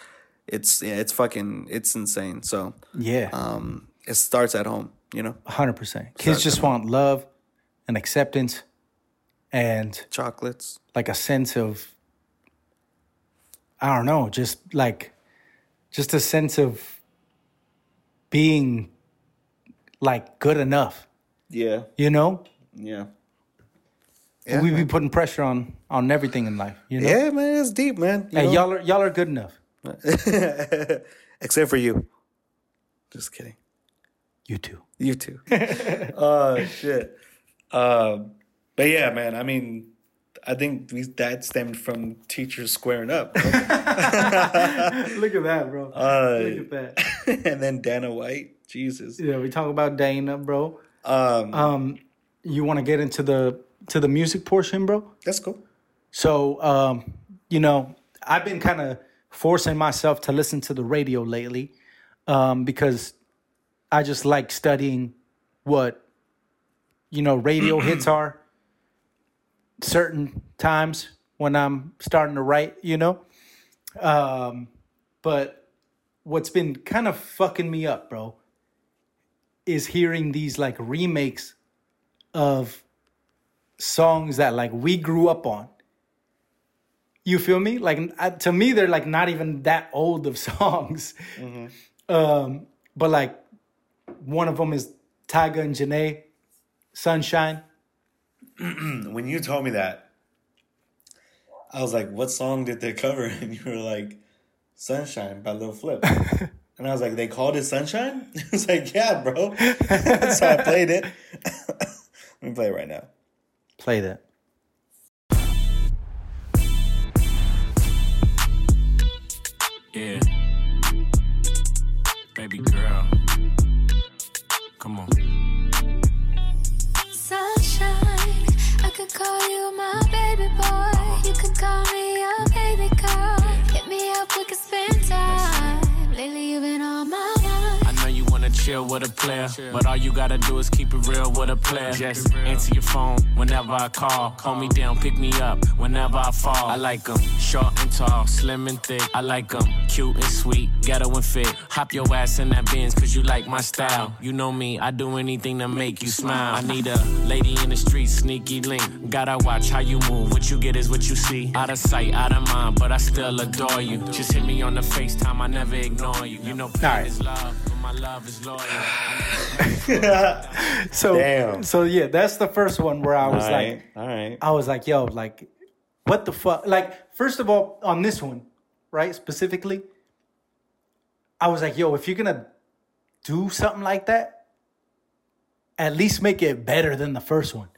it's yeah it's fucking it's insane so yeah um it starts at home you know 100% kids just want love and acceptance and chocolates like a sense of i don't know just like just a sense of being like good enough yeah you know yeah we be putting pressure on on everything in life you know yeah man it's deep man you hey know? y'all are y'all are good enough except for you just kidding you too You too. oh shit. Um, but yeah, man. I mean, I think we, that stemmed from teachers squaring up, look at that bro uh, look at that and then Dana White. Jesus. yeah we talk about dana bro Um, um you want to get into the to the music portion bro that's cool. So, um, you know, I've been kind of forcing myself to listen to the radio lately um, because I just like studying what, you know, radio hits are certain times when I'm starting to write, you know? Um, but what's been kind of fucking me up, bro, is hearing these like remakes of songs that like we grew up on. You feel me? Like I- to me, they're like not even that old of songs. Um, but like one of them is Tyga and Janae, Sunshine. When you told me that, I was like, "What song did they cover?" And you were like, "Sunshine" by Lil Flip. And I was like, they called it Sunshine? It's like, yeah, bro. so I played it. Let me play it right now. Play that. Yeah. Baby girl. Come on. Sunshine, I could call you my baby boy. You could call me your baby girl. Hit me up, we could spend time. Lately, you've been on my mind. I know you wanna chill with a player, but all you gotta do is keep it real with a player. Just answer your phone whenever I call. Call me down, pick me up whenever I fall. I like 'em short and tall, slim and thick. I like 'em cute and sweet, ghetto and fit. Hop your ass in that Benz, cause you like my style. You know me, I do anything to make you smile. I need a lady in the street, sneaky link. Gotta watch how you move, what you get is what you see. Out of sight, out of mind, but I still adore you. Just hit me on the FaceTime, I never ignore you. You know, All right. is love, but my love is loyal. So, Damn. so yeah, that's the first one where I was All like, right. All right. I was like, yo, like, what the fuck? Like, first of all, on this one, right, specifically, I was like, yo, if you're gonna do something like that, at least make it better than the first one.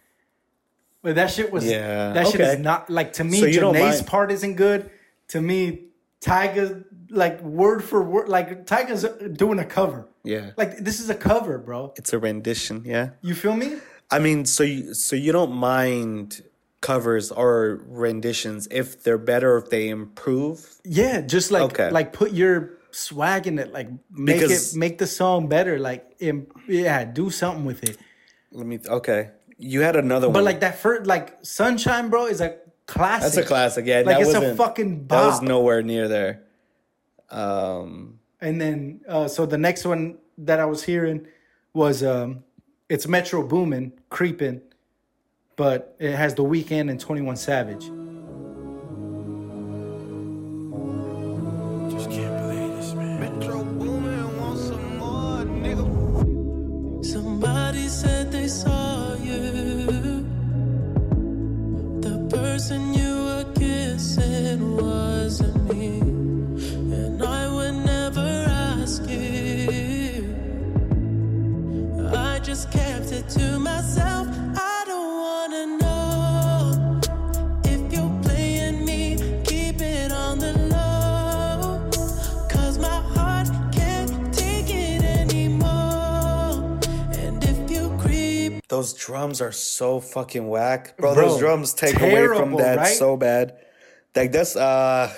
But that shit was Yeah, that shit is okay. not like to me So you don't Janae's mind- part isn't good. To me, Tyga like word for word like Tyga's doing a cover. Yeah. Like this is a cover, bro. It's a rendition, yeah. You feel me? I mean, so you, so you don't mind covers or renditions if they're better, if they improve. Yeah, just like Okay. like put your swag in it, like make Because- it make the song better, like im- yeah, do something with it. Let me. Okay, you had another one, But like that first, like Sunshine, bro, is a classic. that's a classic. Yeah, Like that it's a wasn't- fucking That was bop. nowhere near there. Um, and then uh, so the next one that I was hearing was um, it's Metro Boomin creeping, but it has The Weeknd and Twenty One Savage. Somebody said they saw you. The person you were kissing wasn't me. And I would never ask you. I just kept it to myself. I don't wanna know. If you're playing me, keep it on the low. Cause my heart can't take it anymore. And if you creep those drums are so fucking whack, bro. Bro, those drums take away from terrible, that right? so bad. Like that's uh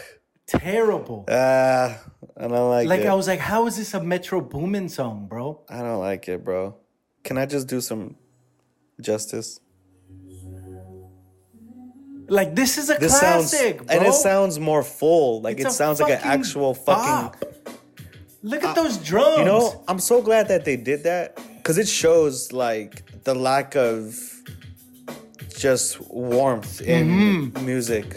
Terrible. uh, I don't like. like it. I was like, how is this a Metro Boomin song, bro? I don't like it, bro. Can I just do some justice? Like this is a This classic, sounds bro. and it sounds more full. Like It's it a sounds like an fucking actual fucking. bop. Look at those drums. Uh, You know, I'm so glad that they did that because it shows like the lack of just warmth in Mm-hmm. music.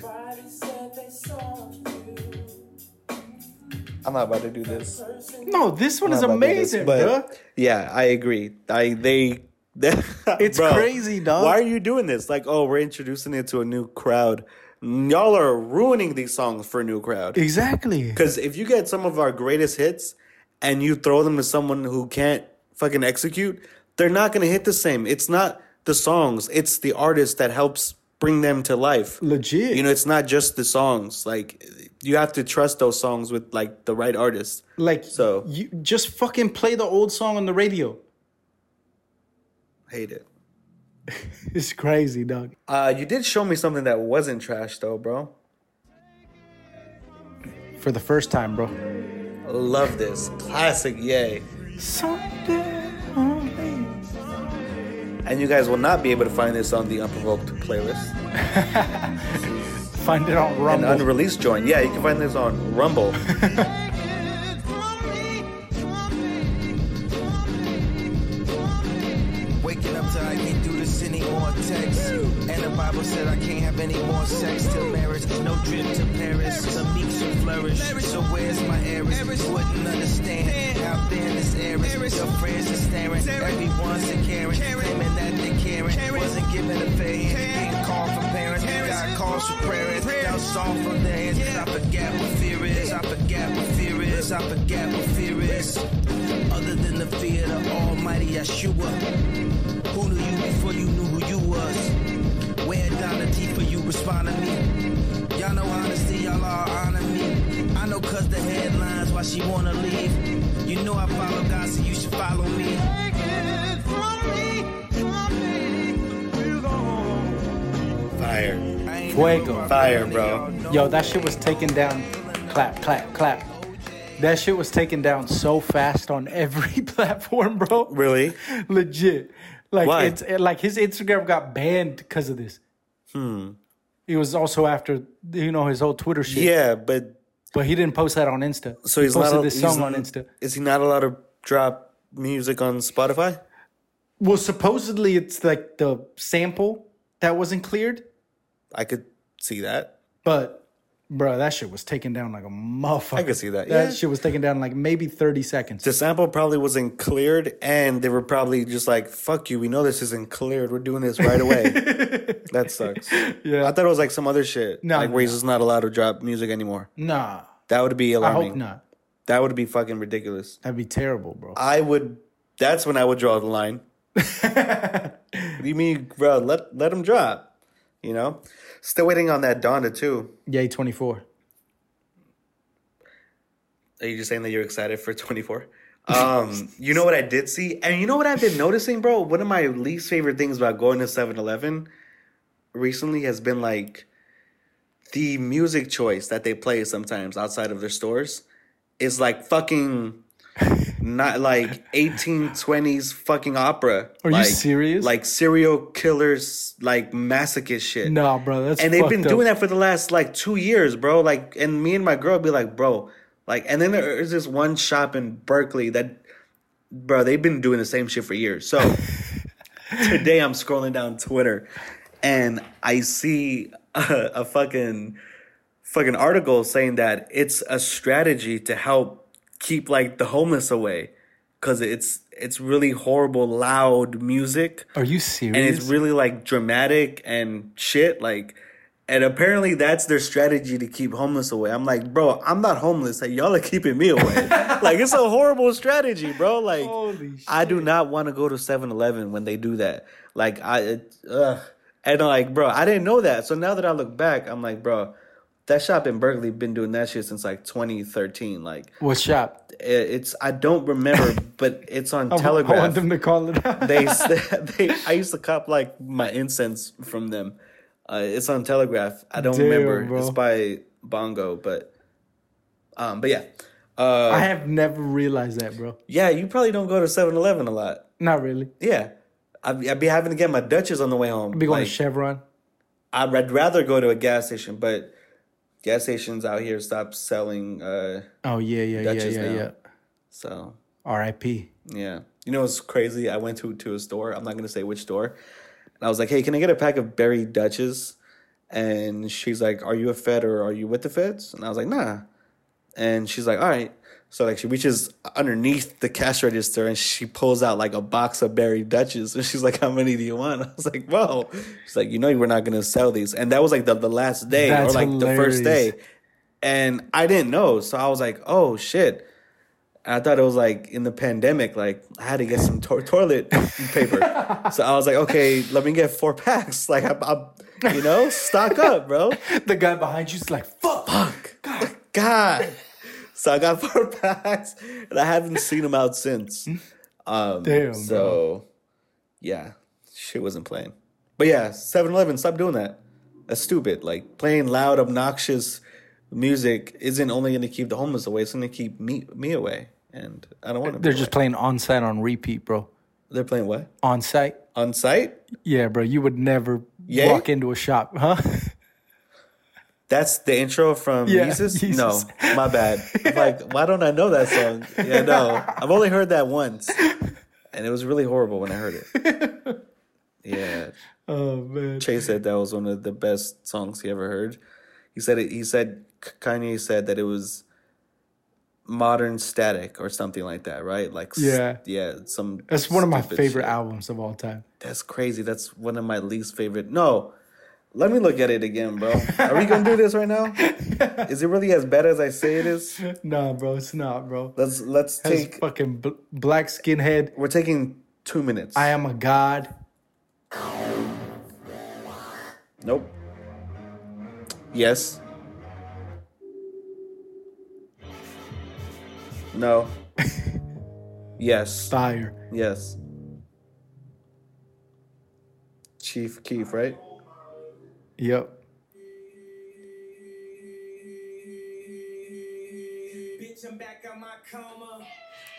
I'm not about to do this. no, this one is I'm not about to do this, amazing, bro. but yeah, I agree. I they. it's crazy, dog. Why are you doing this? Like, oh, we're introducing it to a new crowd. Y'all are ruining these songs for a new crowd. Exactly. Because if you get some of our greatest hits and you throw them to someone who can't fucking execute, they're not going to hit the same. It's not the songs, it's the artist that helps bring them to life. Legit. You know, it's not just the songs. Like, you have to trust those songs with like the right artist. Like So- you just fucking play the old song on the radio. Hate it. It's crazy, dog. Uh, you did show me something that wasn't trash though, bro. For the first time, bro. Love this classic, yay! Someday only. And you guys will not be able to find this on the unprovoked playlist. Find it on An Rumble. unreleased joint, yeah. You can find this on Rumble. Waking up till I can't do this anymore. Text. And the Bible said I can't have any more sex till marriage. No trip to Paris. Some meeks will flourish. So where's my heiress? Wouldn't understand. Out there in this heiress. Your friends are staring. Everyone's a Karen. Claiming that they caring. Wasn't given a fair hand. Ain't called for parents. Got calls for prayers. Got song for dance. I forget what fear is. I forget what fear is. I forget what fear is. Other than the fear of the Almighty Yeshua. Who knew you before you knew who you was? Where down the teeth for you respond to me? Y'all know honesty, y'all are honor me. I know cause the headlines why she wanna leave. You know I follow God, so you should follow me. Fire. I ain't Fuego. never Fire, running, bro. y'all know Yo, that shit was taken down. Clap, clap, clap. That shit was taken down so fast on every platform, bro. Really? Legit. Like Why? it's it- like his Instagram got banned because of this. Hmm. It was also after you know his whole Twitter shit. Yeah, but But he didn't post that on Insta. so he he's posted not. this he's song on n- Insta. Is he not allowed to drop music on Spotify? Well, supposedly it's like the sample that wasn't cleared, I could see that. but bro, that shit was taken down like a motherfucker. I could see that, That yeah. shit was taken down like maybe thirty seconds. The sample probably wasn't cleared, and they were probably just like, "Fuck you, we know this isn't cleared. We're doing this right away." that sucks. Yeah, I thought it was like some other shit, No, like where he's just not allowed to drop music anymore. nah, That would be I alarming. hope not. That would be fucking ridiculous. That'd be terrible, bro. I would. That's when I would draw the line. What do you mean, bro? Let let him drop. You know. Still waiting on that Donda too. Yay, twenty four. Are you just saying that you're excited for 24? Um, you know what I did see? And you know what I've been noticing, bro? One of my least favorite things about going to 7 Eleven recently has been like the music choice that they play sometimes outside of their stores is like fucking not like 1820s fucking opera. Are you like, serious? Like serial killers, like masochist shit No, bro, that's and they've been fucked up. doing that for the last like two years, bro. Like, and me and my girl be like, bro, like, and then there's this one shop in Berkeley that, bro, they've been doing the same shit for years. So today I'm scrolling down Twitter, and I see a, a fucking fucking article saying that it's a strategy to help keep like the homeless away, cause it's it's really horrible, loud music Are you serious? and it's really like dramatic and shit like and apparently that's their strategy to keep homeless away i'm like bro i'm not homeless like, y'all are keeping me away like it's a horrible strategy bro like i do not want to go to 7-eleven when they do that like i it, ugh. and I'm like bro i didn't know that so now that i look back i'm like bro that shop in Berkeley been doing that shit since like 2013. Like what shop? it- it's I don't remember, but it's on Telegram I want them to call it out. they, they I used to cop like my incense from them. Uh, it's on Telegraph. I don't Damn, remember. bro. It's by Bongo, but um, but yeah, I uh, have never realized that, bro. yeah. You probably don't go to 7-Eleven a lot. Not really. Yeah, I'd, I'd be having to get my Dutchess on the way home. I'd be going Like, to Chevron. I'd ra- rather go to a gas station, but gas stations out here stop selling. Uh, Oh yeah, yeah, yeah, Dutchess yeah, now. yeah. so R.I.P. Yeah. You know what's crazy? I went to to a store. I'm not gonna say which store. And I was like, "Hey, can I get a pack of Berry Dutches?" And she's like, "Are you a Fed or are you with the Feds?" And I was like, "Nah." And she's like, "All right." So like, she reaches underneath the cash register and she pulls out like a box of Berry Dutches. And she's like, "How many do you want?" I was like, "Whoa!" She's like, "You know, you were not gonna sell these." And that was like the the last day That's or like the first hilarious. day. And I didn't know, so I was like, "Oh shit." I thought it was like in the pandemic, like I had to get some to- toilet paper. so I was like, okay, let me get four packs. Like, I, I, you know, stock up, bro. The guy behind you's like, "Fuck, God. God. So I got four packs and I haven't seen them out since. Um, Damn, So, yeah, shit wasn't playing. But yeah, 7 Eleven, stop doing that. That's stupid. Like, playing loud, obnoxious music isn't only going to keep the homeless away, it's going to keep me, me away. And I don't want to They're just playing on site on repeat, bro. They're playing what? On site. On site? Yeah, bro. You would never Yeah? walk into a shop, huh? That's the intro from Yeah, Yeezus? Yeezus. No, my bad. I'm like, why don't I know that song? Yeah, no. I've only heard that once. And it was really horrible when I heard it. Yeah. oh man. Chase said that was one of the best songs he ever heard. He said it, he said K- Kanye said that it was modern static or something like that, right? Like s- Yeah. yeah, some That's one of my stupid favorite shit. albums of all time. That's crazy. That's one of my least favorite. No, let me look at it again, bro. Are we gonna do this right now? Is it really as bad as I say it is? Nah, bro, it's not, bro. Let's let's That's take. fucking bl- black skinhead. We're taking two minutes. I am a god. nope. Yes. No. yes. Fire. Yes. Chief Keef, right? Yep. Bitch, I'm back on my coma.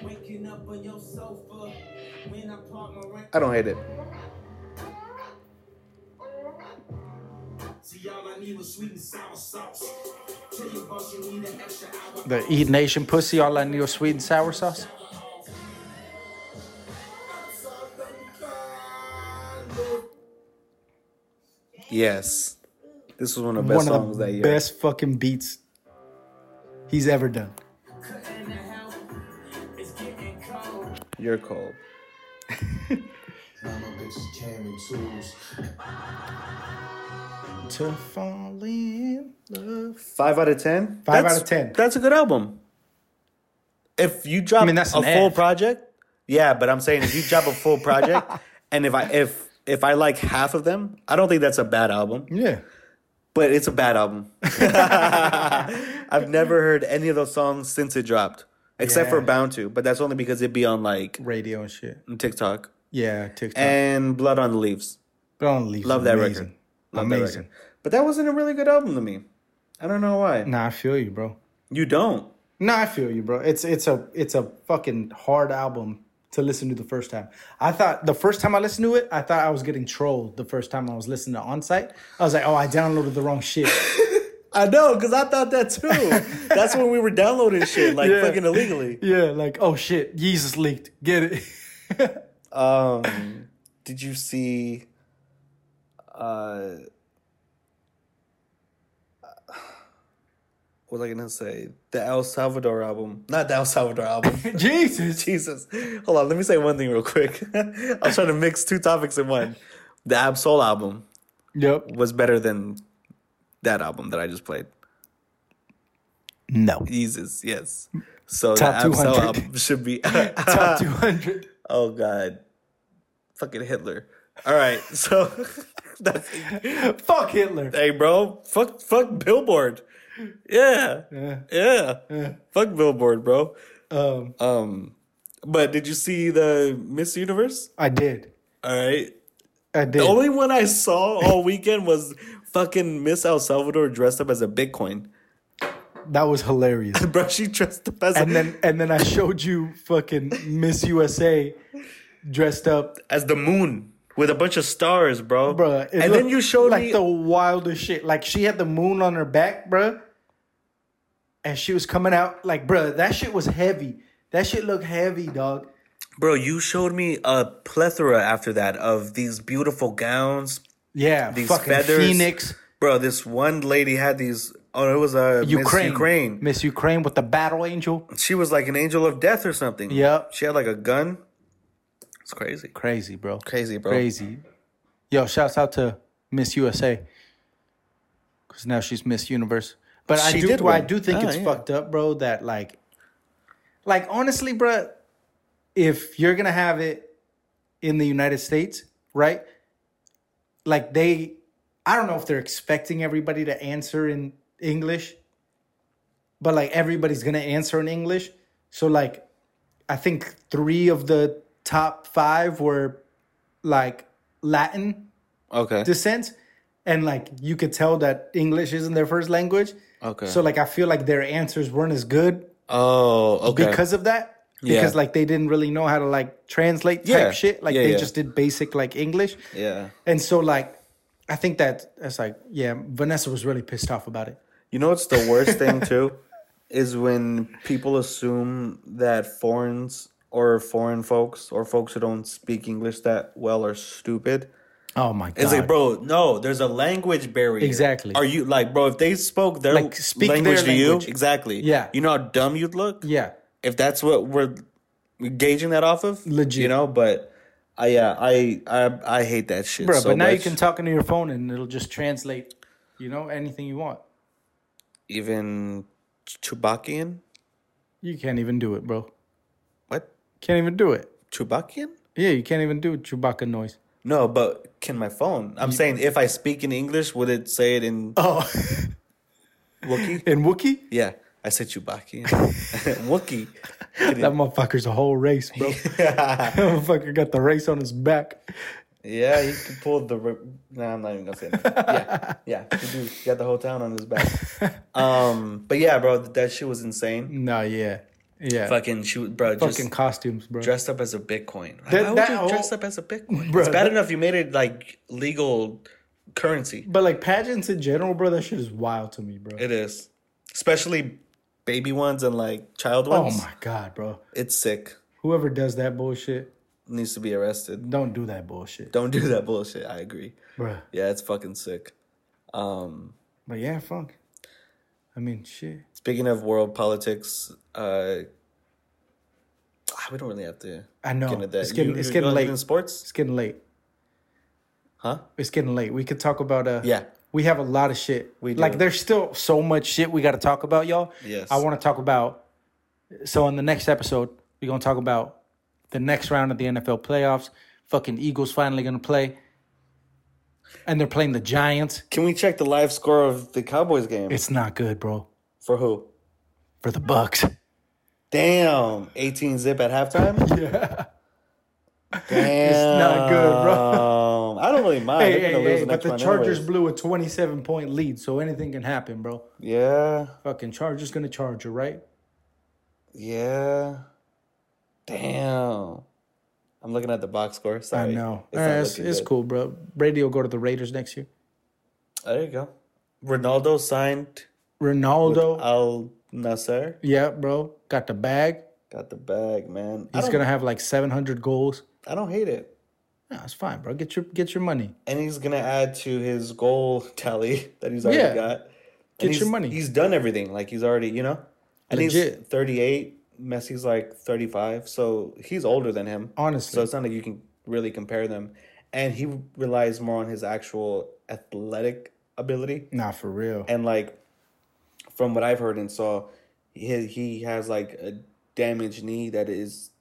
Waking up on your sofa. When I park my rent. I don't hate it. See, all I need was sweet and sour sauce. Tell your boss you need an extra hour. The E Nation pussy, all I need was sweet and sour sauce. Yes. This was one of the best one songs of the that year. best fucking beats he's ever done. Cutting the hell. It's getting cold. You're cold. Now my bitches carrying tools. To fall in love. Five out of ten. Five That's- out of 10. That's a good album. if you drop mean, that's a an full ad. project, yeah, but I'm saying if you drop a full project and if I if if I like half of them, I don't think that's a bad album. Yeah. But it's a bad album. I've never heard any of those songs since it dropped. Except for Yeah. Bound to, but that's only because it'd be on like Radio and shit. TikTok. Yeah, TikTok. And Blood on the Leaves. But I don't leave. Love that Amazing. record. Love that Amazing. record. But that wasn't a really good album to me. I don't know why. Nah, I feel you, bro. You don't. Nah, I feel you, bro. It's it's a it's a fucking hard album to listen to the first time. I thought the first time I listened to it, I thought I was getting trolled the first time I was listening to On Site. I was like, oh, I downloaded the wrong shit. I know, because I thought that too. That's when we were downloading shit, like Yeah. fucking illegally. yeah, like, oh shit, Jesus leaked. Get it. Um, did you see? Uh, what was I gonna say? The El Salvador album, not the El Salvador album. Jesus. Jesus, hold on. Let me say one thing real quick. I was trying to mix two topics in one. The Absol album Yep. was better than that album that I just played. No. Jesus, yes. So Top the Absol 200. album should be uh, Top 200. Oh God, fucking Hitler. All right, so that's, Fuck Hitler. hey, bro, fuck, fuck Billboard. Yeah, yeah, yeah. Fuck Billboard, bro. Um, Um, but did you see the Miss Universe? I did. All right, I did. the only one I saw all weekend was fucking Miss El Salvador dressed up as a Bitcoin. that was hilarious. Bro, she dressed up as and then and then I showed you fucking Miss USA dressed up, as the moon with a bunch of stars, bro. bruh. It and then looked you showed like me the wildest shit. Like she had the moon on her back, bruh. And she was coming out like, bruh, that shit was heavy. That shit looked heavy, dog. Bro, you showed me a plethora after that of these beautiful gowns. Yeah, These fucking feathers. Phoenix, Bro, this one lady had these. Oh, it was a Ukraine. Miss Ukraine, Ukraine. Miss Ukraine with the battle angel. She was like an angel of death or something. Yep. She had like a gun. It's crazy. Crazy, bro. Crazy, bro. Crazy. Yo, shouts out to Miss USA because now she's Miss Universe. But I She do, did well, I win. do think Ah, it's yeah. fucked up, bro. That like, like honestly, bro, if you're gonna have it in the United States, right? Like they, I don't know if they're expecting everybody to answer in English, but like everybody's gonna answer in English. So like, I think three of the top five were like Latin Okay. descent and like you could tell that english isn't their first language okay. so like i feel like their answers weren't as good oh, okay. because of that because like they didn't really know how to like translate type Yeah. shit like Yeah, they yeah. just did basic like english yeah. and so like i think that that's like yeah vanessa was really pissed off about it You know what's the worst thing too is when people assume that foreigners or foreign folks or folks who don't speak English that well are stupid. oh my god It's like, bro, no, there's a language barrier. Exactly. Are you like, bro? If they spoke their Like, speak their language to language. you, exactly. Yeah. You know how dumb you'd look. yeah If that's what we're gauging that off of, Legit. You know, but I yeah, I I I hate that shit. bro so but now you much. can talk into your phone and it'll just translate you know anything you want even Chewbaccian. you can't even do it bro What can't even do it Chewbaccian? yeah you can't even do chewbacca noise No, but can my phone? I'm saying if I speak in English, would it say it in oh Wookiee? and wookie yeah, I said Chewbaccian. Wookiee. That motherfucker's a whole race, bro. that motherfucker got the race on his back. Yeah, he could pull the. Re- nah, I'm not even gonna say that. Yeah, yeah, he do. He got the whole town on his back. Um, but yeah, bro, that shit was insane. No, yeah, yeah. Fucking, she, was- bro, just Fucking costumes, bro. dressed up as a Bitcoin. Like, That- Why would that you whole- dress up as a Bitcoin? Bro, it's bad that- enough you made it like legal currency. but like pageants in general, bro, that shit is wild to me, bro. It is, especially baby ones and like child oh ones. my god, bro. It's sick. Whoever does that bullshit, Needs to be arrested. don't do that bullshit, Don't do that bullshit. I agree. bro. Yeah, it's fucking sick. Um, But yeah, fuck. I mean, shit. Speaking of world politics, uh, ah, we don't really have to. I know. get into that. It's getting- You- it's you getting don't late. In sports, It's getting late. huh? It's getting late. We could talk about uh. Yeah. We have a lot of shit. We do. Like there's still so much shit we got to talk about, y'all. Yes. I want to talk about So on the next episode, we're gonna talk about the next round of the NFL playoffs. Fucking Eagles finally gonna play, and they're playing the Giants. Can we check the live score of the Cowboys game? It's not good, bro, For who? for the Bucks. Damn, 18 zip at halftime? Yeah. Damn. not good, bro. I don't really mind. Hey, They're hey, gonna lose hey, the but next the round Chargers anyways. blew a 27 point lead, so anything can happen, bro. Yeah. Fucking Chargers gonna charge you, right? Yeah. Damn. I'm looking at the box score. Sorry. I know. It's, Eh, not it's, looking it's good. cool, bro. Brady will go to the Raiders next year. Oh, There you go. Ronaldo signed Ronaldo, Al Nasser. yeah, bro, got the bag. Got the bag, man. I He's don't, gonna have like 700 goals. I don't hate it. Nah, it's fine, bro. Get your get your money. And he's gonna add to his goal tally that he's already Yeah. got. And Get your he's- money. He's done everything. Like he's already, you know. And he's Legit. 38. Messi's like 35. So he's older than him. Honestly. So it's not like you can really compare them. And he relies more on his actual athletic ability. Nah, for real. and like from what I've heard and saw, he he has like a damaged knee that is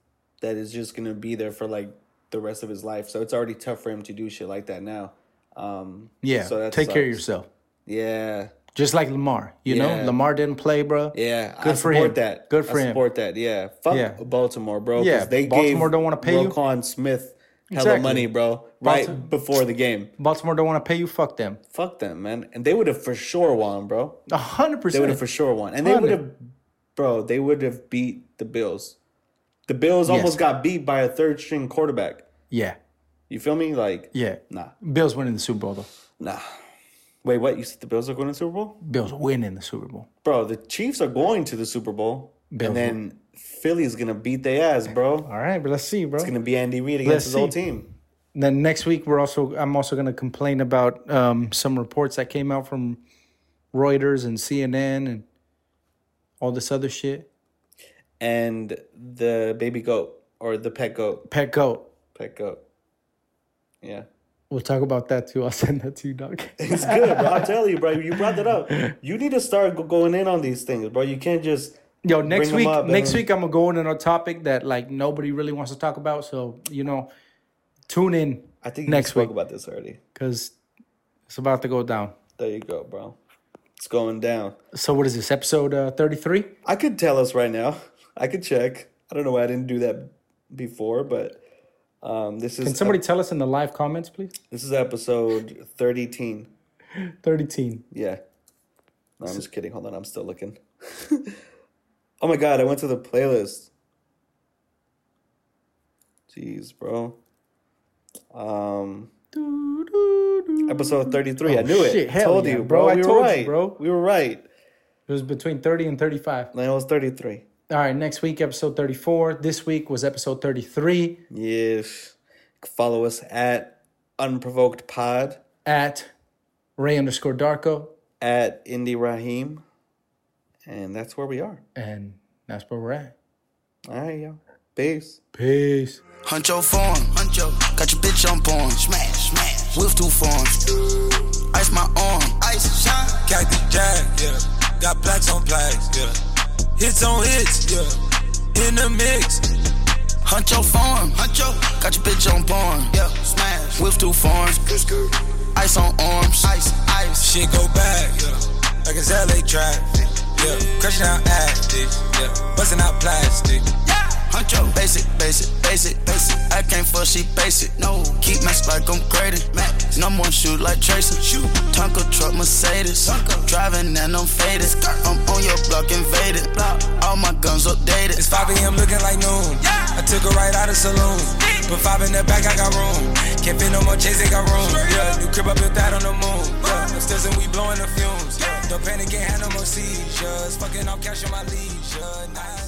that is just gonna be there for like the rest of his life. So it's already tough for him to do shit like that now. Um, yeah, so that take care of sucks. yourself. Yeah, Just like Lamar, you Yeah. know, Lamar didn't play, bro. yeah. Good I for support him. That Good for I him. support that. Yeah, fuck Yeah. Baltimore, bro. 'cause Yeah, they Baltimore gave don't wanna pay you. Roquan Smith hella Exactly. money, bro. Right Balti- before the game, Baltimore don't want to pay you. Fuck them. fuck them, man. And they would have for sure won, bro. A hundred They would have percent. for sure won, and they would Hundred. have, bro. They would have beat the Bills. The Bills almost got beat by a third string quarterback. Yeah, You feel me? Like, yeah. nah, Bills winning the Super Bowl though. nah. Wait, what? You said the Bills are going to the Super Bowl, Bills winning the Super Bowl. bro? The Chiefs are going to the Super Bowl, Bills. and then Philly's gonna beat their ass, bro. All right, but let's see, bro. It's gonna be Andy Reid against Let's his old see. team. then next week we're also I'm also going to complain about um, some reports that came out from Reuters and CNN and all this other shit. And the baby goat or the pet goat, Pet goat. pet goat. Yeah, We'll talk about that too. I'll send that to you, dog. it's good, bro. I tell you, bro. You brought that up. You need to start go- going in on these things, bro. You can't just Yo, next Bring 'em week, up, next man. week I'm gonna go in on a topic that like nobody really wants to talk about. So you know, tune in I think Next you spoke week. about this already. because it's about to go down. There you go, bro. It's going down. So what is this episode uh, 33? I could tell us right now. I could check. I don't know why I didn't do that before, but um, this is Can somebody tell us in the live comments, please? this is episode thirty teen. 13. Yeah. No, I'm just kidding. Hold on, I'm still looking. oh my god, I went to the playlist. Jeez, bro. Um Episode 33. I knew it. Oh, shit, I hell told yeah, you, bro. bro. I we told were you, right. bro. We were right. It was between 30 and 35. And it was 33. All right, next week, episode 34. This week was episode 33 Yes. Follow us at Unprovoked Pod, at Ray underscore Darko. at Indie Rahim. And that's where we are. And that's where we're at. All right, y'all. Peace. Peace. Huncho form, huncho. Got your bitch on porn. Smash, smash. With two forms. Ice my arm. Ice shine. Got the jack, yeah. Got blacks on blacks, yeah. Hits on hits, yeah. In the mix, Huncho form, huncho. Got your bitch on porn. Yeah, smash. With two forms. Ice on arms. Ice, ice. shit go back, yeah. Like it's LA track, yeah. Crashing out active, yeah. Busting out plastic. Yeah. Huncho. Basic, basic, basic, basic. I can't fuck, she basic. No. Keep my like I'm graded. Max. No more shoot like Tracy. Shoot. Tonka truck Mercedes. Driving and I'm faded. I'm on your block invaded. All my guns updated. It's 5 a.m. looking like noon. I took her right out of saloon. Put five in the back, I got room. Can't fit no more chase, they got room. Yeah, new crib, I built that on the moon. Yeah, upstairs and we blowing the fumes. Yeah, don't panic, can't handle no more seizures. Fucking, I'm cashing my leisure. Nice.